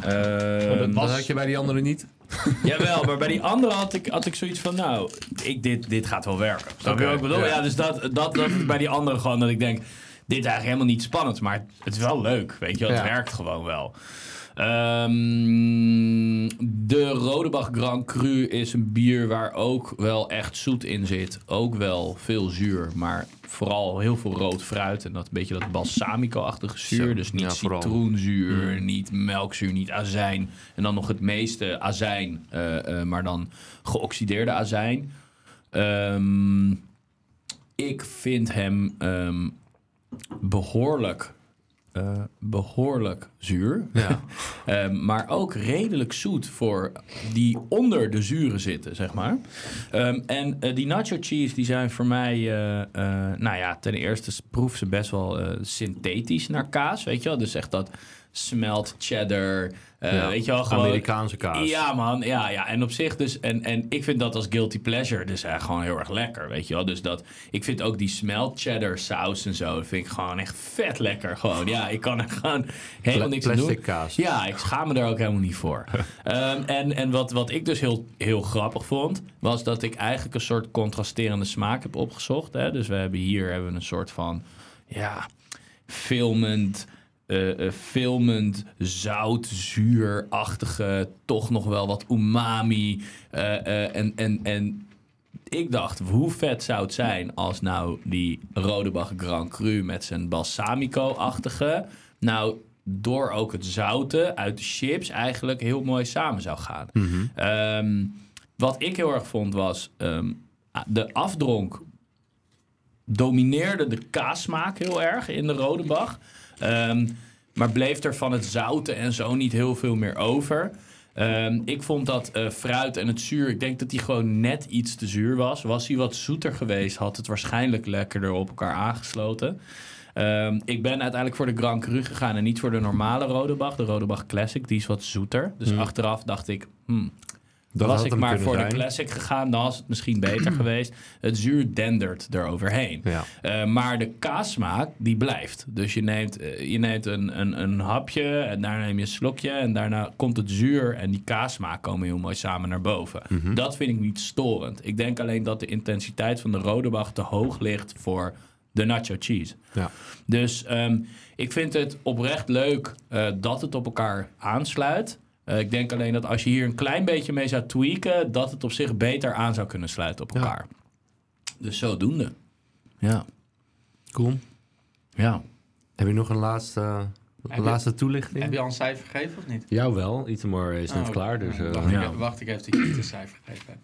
Eh, Oh, Ehm, Dat had je bij die andere niet? [laughs] Jawel, maar bij die andere had ik, had ik zoiets van, nou, ik, dit, dit gaat wel werken. Snap je wat ik bedoel? Ja, dus dat, dat, dat bij die andere gewoon dat ik denk, dit is eigenlijk helemaal niet spannend, maar het is wel leuk, weet je wel. Het Ja. werkt gewoon wel. Ehm, de Rodebach Grand Cru is een bier waar ook wel echt zoet in zit. Ook wel veel zuur, maar vooral heel veel rood fruit. En dat een beetje dat balsamico-achtige zuur. Zo, dus niet ja, vooral. Mm. citroenzuur, niet melkzuur, niet azijn. En dan nog het meeste azijn, eh, eh, maar dan geoxideerde azijn. Ehm, ik vind hem ehm, behoorlijk, eh, behoorlijk zuur. [laughs] Ehm, maar ook redelijk zoet voor die onder de zuren zitten, zeg maar. Ehm, en eh, die nacho cheese, die zijn voor mij... eh, eh, nou ja, ten eerste s- proef ze best wel eh, synthetisch naar kaas, weet je wel. Dus echt dat smelt cheddar, eh, Ja, dus weet je wel, gewoon... Amerikaanse kaas. Ja, man. Ja, ja. En op zich dus... En, en ik vind dat als guilty pleasure dus eigenlijk gewoon heel erg lekker, weet je wel. Dus dat... Ik vind ook die smelt cheddar saus en zo... Dat vind ik gewoon echt vet lekker, gewoon. Ja, ik kan er gewoon helemaal niks aan doen. Plastic kaas. Ja, ik schaam me daar ook helemaal niet [laughs] voor. Ehm, en en wat, wat ik dus heel, heel grappig vond, was dat ik eigenlijk een soort contrasterende smaak heb opgezocht. Hè? Dus we hebben hier hebben we een soort van, ja, filmend, eh, eh, filmend, zout, zuurachtige, toch nog wel wat umami. eh, eh, en, en, en ik dacht, hoe vet zou het zijn als nou die Rodebach Grand Cru met zijn balsamico-achtige... nou door ook het zouten uit de chips eigenlijk heel mooi samen zou gaan. Ehm, wat ik heel erg vond was, ehm, de afdronk domineerde de kaasmaak heel erg in de Rodebach. Ehm maar bleef er van het zouten en zo niet heel veel meer over. Ehm, ik vond dat eh, fruit en het zuur, ik denk dat die gewoon net iets te zuur was. Was hij wat zoeter geweest, had het waarschijnlijk lekkerder op elkaar aangesloten. Ehm, ik ben uiteindelijk voor de Grand Cru gegaan en niet voor de normale Rodebach. De Rodebach Classic, die is wat zoeter. Dus achteraf dacht ik, hmm, Mm. Dat was had ik hem maar kunnen voor zijn. de classic gegaan, dan was het misschien beter geweest. Het zuur dendert eroverheen. Ja. Eh, maar de kaasmaak, die blijft. Dus je neemt, eh, je neemt een, een, een hapje, en daarna neem je een slokje... en daarna komt het zuur en die kaasmaak komen heel mooi samen naar boven. Dat vind ik niet storend. Ik denk alleen dat de intensiteit van de Rodebach te hoog ligt voor de nacho cheese. Ja. Dus ehm, ik vind het oprecht leuk eh, dat het op elkaar aansluit. Eh, ik denk alleen dat als je hier een klein beetje mee zou tweaken, dat het op zich beter aan zou kunnen sluiten op elkaar. Dus zodoende. Ja. Cool. Ja. Heb je nog een laatste, een Heb je- laatste toelichting? Heb je al een cijfer gegeven of niet? Jou wel. Itemar is net Oh, klaar. Dus, eh, wacht, ja. ik, wacht, ik heb die niet een cijfer gegeven. heb.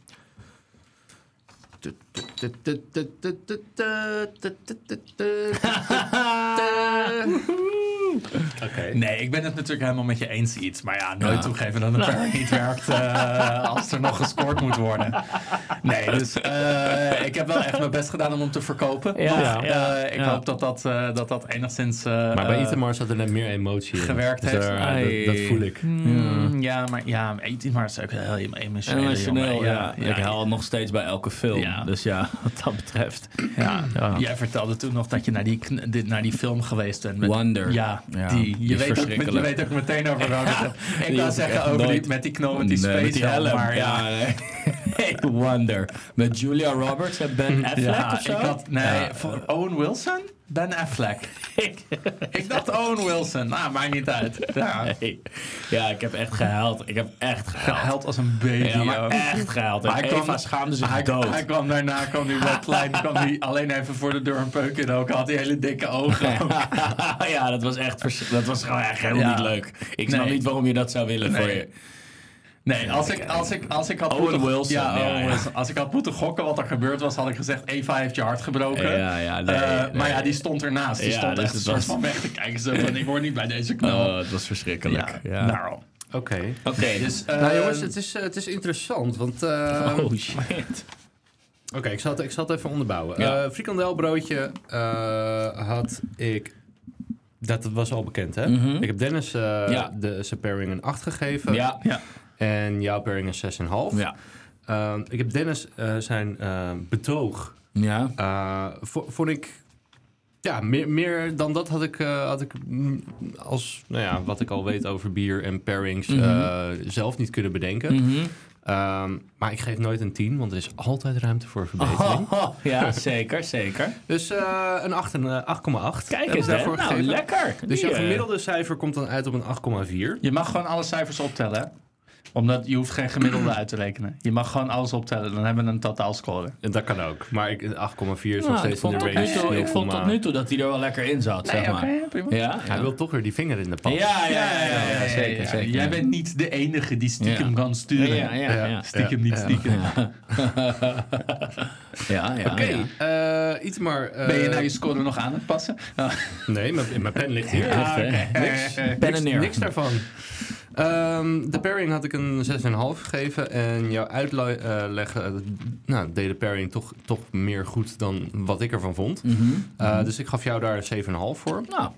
Nee, ik ben het natuurlijk helemaal met je eens iets. Maar ja, nooit toegeven dat een pairing niet werkt eh, als er nog gescoord moet worden. Nee, dus eh, ik heb wel echt mijn best gedaan om hem te verkopen. Ja, maar, eh, ja, ik ja. hoop dat dat, eh, dat, dat enigszins... eh, maar bij Itemar zat er net meer emotie in. gewerkt Dus heeft. daar- Ai. dat, dat voel ik. Hmm. Mm, ja, maar ja, maar eet- maar het is ook heel emotioneel. Emotioneel, ja. Ik ja. haal het nog steeds bij elke film. Ja. Dus ja, [laughs] wat dat betreft. Jij vertelde toen nog dat je naar die, kn- dit, naar die film geweest bent. Met, Wonder. Ja, Ja, die. die Je, weet ook, is met- je verschrikkelijk. weet ook meteen [laughs] over welke film. Ik die wou hoef ik zeggen echt over die, nooit. met die knol, met die Nee, space mm, eh, met die helm, helm, maar ja. [laughs] nee. Hey, Wonder. Met Julia Roberts en Ben Affleck [laughs] Ja, of zo? ik had, nee, voor Owen Wilson? Ben [laughs] Affleck. ik dacht Owen Wilson. Nou, maakt niet uit. Ja. Hey. Ja, ik heb echt gehuild. Ik heb echt gehuild. Gehuild als een baby. Ja, maar joh. echt gehuild. En Maar eh, hij kwam- Eva schaamde zich Hij, dood. hij kwam daarna, kwam hij wel klein, kwam hij alleen even voor de deur een peuk in ook. Had hij hele dikke ogen. ook. [laughs] ja, dat was echt vers- dat was gewoon echt helemaal Ja. niet leuk. Ik Nee. snap niet waarom je dat zou willen voor Nee. je. Nee, als ik, als ik, als ik had Owen moeten, Wilson, Ja, ja, Owen ja. Wilson. Als ik had moeten gokken wat er gebeurd was, had ik gezegd Eva heeft je hart gebroken. Ja, ja, nee, Eh, nee. Maar ja, die stond ernaast. Die Ja, stond dus echt een het soort was- van weg te kijken. Zo van, ik hoor niet bij deze knal. Nou. Oh, het was verschrikkelijk. Ja. daarom. Oké. Oké, [laughs] dus... ehm, nou jongens, het is, eh, het is interessant, want... eh, Oh [laughs] shit. Oké, ik, zal het- ik zal het even onderbouwen. Ja. Eh, frikandelbroodje eh, had ik... Dat was al bekend, hè? Mhm. Ik heb Dennis eh, Ja. de, zijn pairing een 8 gegeven. Ja, ja. En jouw pairing een 6,5. Ja. Ehm, ik heb Dennis eh, zijn eh, betoog... Ja. eh, vo- vond ik... Ja, meer, meer dan dat had ik, eh, had ik mm, als, nou ja, wat ik al weet over bier en pairings eh, zelf niet kunnen bedenken. Mhm. Ehm, maar ik geef nooit een 10, want er is altijd ruimte voor verbetering. Oh, [laughs] oh, ja, zeker, zeker. Dus eh, een 8 en, eh, Kijk 8,8. hebben eens, we hè. Nou, gegeven. lekker. Dus Die, jouw eh, gemiddelde cijfer komt dan uit op een 8,4. Je mag gewoon alle cijfers optellen, hè? Omdat je hoeft geen gemiddelde uit te rekenen. Je mag gewoon alles optellen. Dan hebben we een totaalscore. En dat kan ook. Maar ik- 8,4 is nog nou, ik steeds in vond, de tot nu range. toe, ik 0,8. vond tot nu toe dat hij er wel lekker in zat, zeg maar. prima. Ja? Hij wil toch weer die vinger in de pan. Ja, ja, ja, ja, ja, ja, zeker, ja. zeker. Jij bent niet de enige die stiekem Ja. kan Ja, sturen. ja, ja. ja. Stiekem niet stiekem. [laughs] Ja, ja, Oké, ja. eh, iets maar. eh, Ben je nou je score nog aan het [laughs] passen? Nee, mijn, mijn pen ligt hier. Ja, oké. Niks. Ben en Niks, neer. niks daarvan. Ehm, de pairing had ik een 6,5 gegeven. En jouw uitleggen eh, nou, deed de pairing toch, toch meer goed dan wat ik ervan vond. Mhm. Eh, Dus ik gaf jou daar een 7,5 voor. Nou,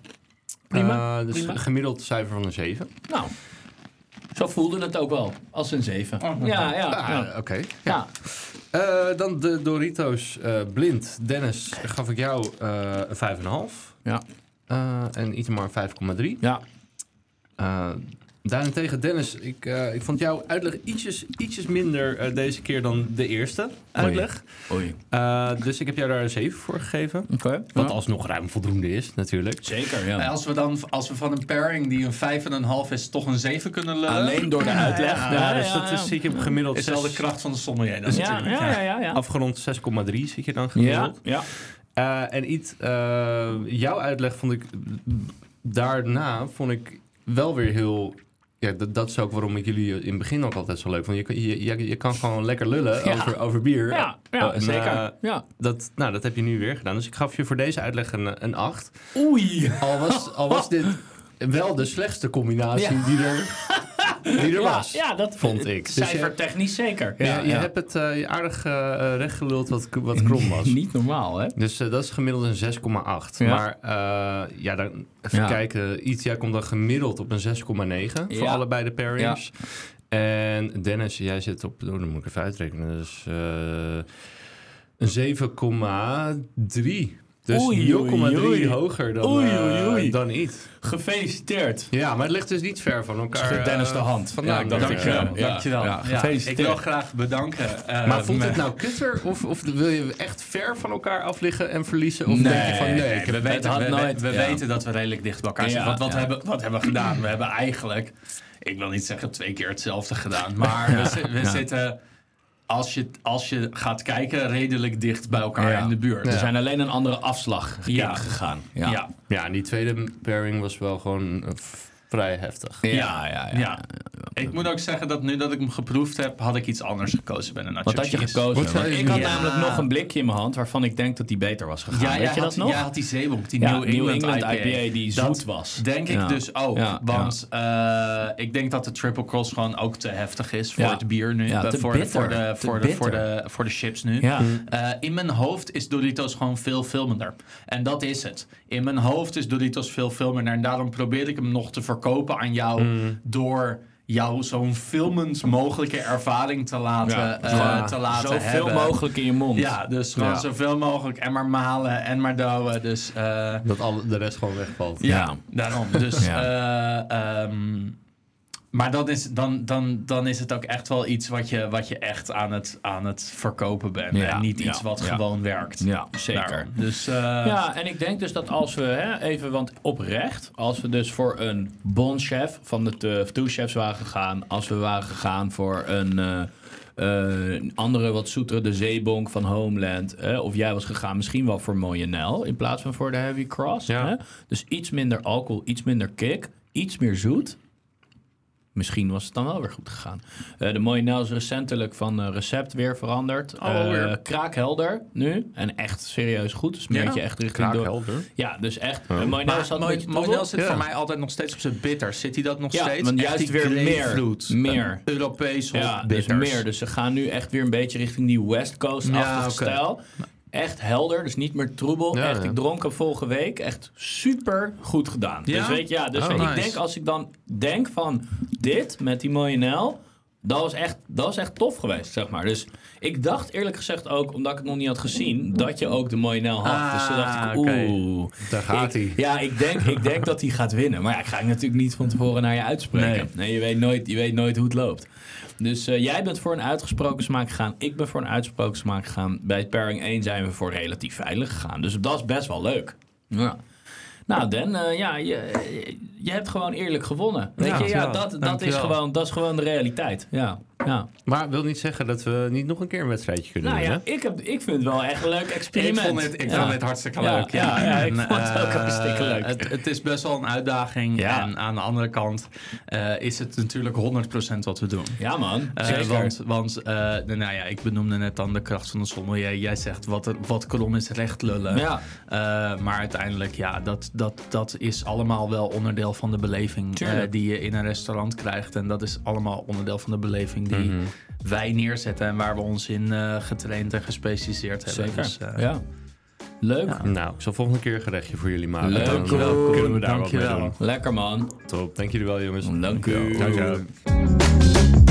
prima. Eh, dus prima. gemiddeld cijfer van een 7. Nou, zo voelde het ook wel. Als een 7. Oh, ja, ja, Ah, ja. Oké. Ja. Eh, dan de Doritos eh, blind. Dennis, gaf ik jou eh, een 5,5. Ja. Eh, en Itemar een 5,3. Ja. Eh, daarentegen, Dennis, ik, eh, ik vond jouw uitleg ietsjes, ietsjes minder eh, deze keer dan de eerste uitleg. Oei. Eh, dus ik heb jou daar een 7 voor gegeven. Oké. Wat alsnog ruim voldoende is, natuurlijk. Zeker, ja. Nou, Als we, dan, als we van een pairing die een 5,5 is, toch een 7 kunnen lullen. Alleen door de uitleg. Ja, Ja, ja, dus ja, dat is, ja. zit je op gemiddeld is wel de zes- kracht van de sommelier. Dat is Ja, natuurlijk. ja, ja, ja. ja. afgerond 6,3 zit je dan Ja, gemiddeld. ja. Eh, en Iet, eh, jouw uitleg vond ik daarna vond ik wel weer heel. Ja, dat, dat is ook waarom ik jullie in het begin ook altijd zo leuk vond. Je, kan- je, je, je kan gewoon lekker lullen Ja. over, over bier. Ja, En, ja eh, zeker. Ja. dat, nou, dat heb je nu weer gedaan. Dus ik gaf je voor deze uitleg een, een 8. Oei. Al was, al was dit wel de slechtste combinatie die er, die er Ja, was. ja, dat vond ik. Dus je- Cijfertechnisch zeker. je, je hebt het eh, aardig eh recht geluld wat, wat krom was. Niet normaal, hè? Dus eh, dat is gemiddeld een 6,8. Ja. Maar eh, ja, dan even Ja. kijken. Iets, jij komt dan gemiddeld op een 6,9 voor Ja. allebei de pairings. En Dennis, jij zit op, oh, dan moet ik even uitrekenen, dus eh, een 7,3. Dus Oei, oei, 0,3 oei. hoger dan, Oei, eh, oei, oei. dan niet. Gefeliciteerd. Ja, maar het ligt dus niet ver van elkaar. Schud Dennis eh, de hand. vandaan. Ja, ik dacht Maar, het wel. eh, Dankjewel. Ja, Dankjewel. ja, gefeliciteerd. Ik wil graag bedanken. eh, Maar voelt me- het nou kutter? Of, of wil je echt ver van elkaar af liggen en verliezen? Of Nee, denk je van nee, ik heb we weten, had we, nooit- we ja. weten dat we redelijk dicht bij elkaar Ja, zitten. Want wat, ja. hebben, wat hebben we gedaan? We hebben eigenlijk, ik wil niet zeggen twee keer hetzelfde gedaan, maar we, zi- we zitten, als je, als je gaat kijken, redelijk dicht bij elkaar Ja. in de buurt. We Ja. zijn alleen een andere afslag Ja. gegaan. Ja. ja. Ja, en die tweede pairing was wel gewoon eh, v- vrij heftig. Ja, ja, ja. Ja. Ik moet ook zeggen dat nu dat ik hem geproefd heb, had ik iets anders gekozen bij de nacho Wat had je cheese. gekozen? Wat zou Want je ik had doen? namelijk Ja. nog een blikje in mijn hand waarvan ik denk dat die beter was gegaan. Ja, Weet jij je had, dat nog? jij had die zeebonk, die Ja, New England, IPA. die Dat zoet was. Denk ik Ja. dus ook. Ja, want eh, ik denk dat de Triple Cross gewoon ook te heftig is voor Ja. het bier nu. Ja, eh, te voor, bitter. voor, de, Te voor, de, voor, bitter. Mm. de, voor de chips nu. Ja. Eh, in mijn hoofd is Doritos gewoon veel filmender. En dat is het. In mijn hoofd is Doritos veel filmender. En daarom probeer ik hem nog te verkopen aan jou Mm. door jou zo'n filmend mogelijke ervaring te laten, Ja. eh, Ja. te laten Zoveel hebben. mogelijk in je mond. Ja, dus gewoon Ja. zoveel mogelijk. En maar malen en maar douwen. Dus eh, Dat al de rest gewoon wegvalt. Ja. Daarom. Dus, [laughs] Ja. eh, ehm, maar dan is, dan, dan, dan is het ook echt wel iets wat je, wat je echt aan het, aan het verkopen bent. Ja, En niet ja, iets wat ja. gewoon werkt. Ja, zeker. Daarom. Dus eh, Ja, en ik denk dus dat als we hè, even, want oprecht, als we dus voor een bonchef van de te- two chefs waren gegaan, als we waren gegaan voor een eh, eh, andere wat zoetere, de zeebonk van Homeland, eh, of jij was gegaan misschien wel voor Moyenel in plaats van voor de Heavy Cross. Ja. Hè? Dus iets minder alcohol, iets minder kick, iets meer zoet. Misschien was het dan wel weer goed gegaan. Eh, de mooie Nel is recentelijk van eh, recept weer veranderd. Oh, alweer. Eh, kraakhelder nu. En echt serieus goed. Dus merk Ja, je echt richting door. Kraakhelder. Ja, dus echt. eh, Mooi Nel Maar zat een Mooi- beetje Mooi troebel. Nel zit Ja. voor mij altijd nog steeds op zijn bitters. Zit hij dat nog Ja, steeds? want Echt juist die weer meer. grapefruit. Meer. Europees of Ja, dus bitters. meer. Dus ze gaan nu echt weer een beetje richting die West Coast-achtige Ja, oké. stijl. Echt helder, dus niet meer troebel. Ja, echt, ja. ik dronk hem vorige week. Echt super goed gedaan. Ja? Dus weet je, ja, dus Oh, weet je, ik nice. denk als ik dan denk van dit met die mooie Nel, dat was, echt, dat was echt tof geweest, zeg maar. Dus ik dacht eerlijk gezegd ook, omdat ik het nog niet had gezien, dat je ook de mooie Nel had. dus toen dacht ik, Ah, oké. oeh. Daar gaat Ik- hij. Ja, ik denk, ik denk dat hij gaat winnen. Maar ja, ik ga hem natuurlijk niet van tevoren naar je uitspreken. Nee, Nee. je, weet nooit, je weet nooit hoe het loopt. Dus eh, jij bent voor een uitgesproken smaak gegaan. Ik ben voor een uitgesproken smaak gegaan. Bij pairing 1 zijn we voor relatief veilig gegaan. Dus dat is best wel leuk. Ja. Nou, Den, eh, ja, je, je hebt gewoon eerlijk gewonnen. Weet Ja, je, ja, ja, dat, dat, is dankjewel. gewoon, dat is gewoon de realiteit. Ja, ja. Maar wil niet zeggen dat we niet nog een keer een wedstrijdje kunnen Nou doen, ja, ik, heb, ik vind het wel echt een leuk Ik experiment. vond het, ik Ja. vond het hartstikke Ja, leuk. ja, ja, ik vond het ook eh, hartstikke leuk. Het, het is best wel een uitdaging. Ja. En aan de andere kant eh, is het natuurlijk 100% wat we doen. Ja, man. Eh, Zeker. want want eh, nou nou ja, ik benoemde net dan de kracht van de sommelier. Jij zegt wat, wat krom is recht lullen. Ja. Eh, maar uiteindelijk, ja, dat, dat, dat is allemaal wel onderdeel van de beleving eh, Tuurlijk. die je in een restaurant krijgt. En dat is allemaal onderdeel van de beleving die Mhm. wij neerzetten en waar we ons in eh, getraind en gespecialiseerd hebben. Zeker. Dus, eh, ja. Leuk. Nou, ik zal volgende keer een gerechtje voor jullie maken. Leuk, Dan, eh, cool. kunnen we daar wat mee Dankjewel. doen. Lekker man. Top. Dank jullie wel, jongens. Dank u. Dank je.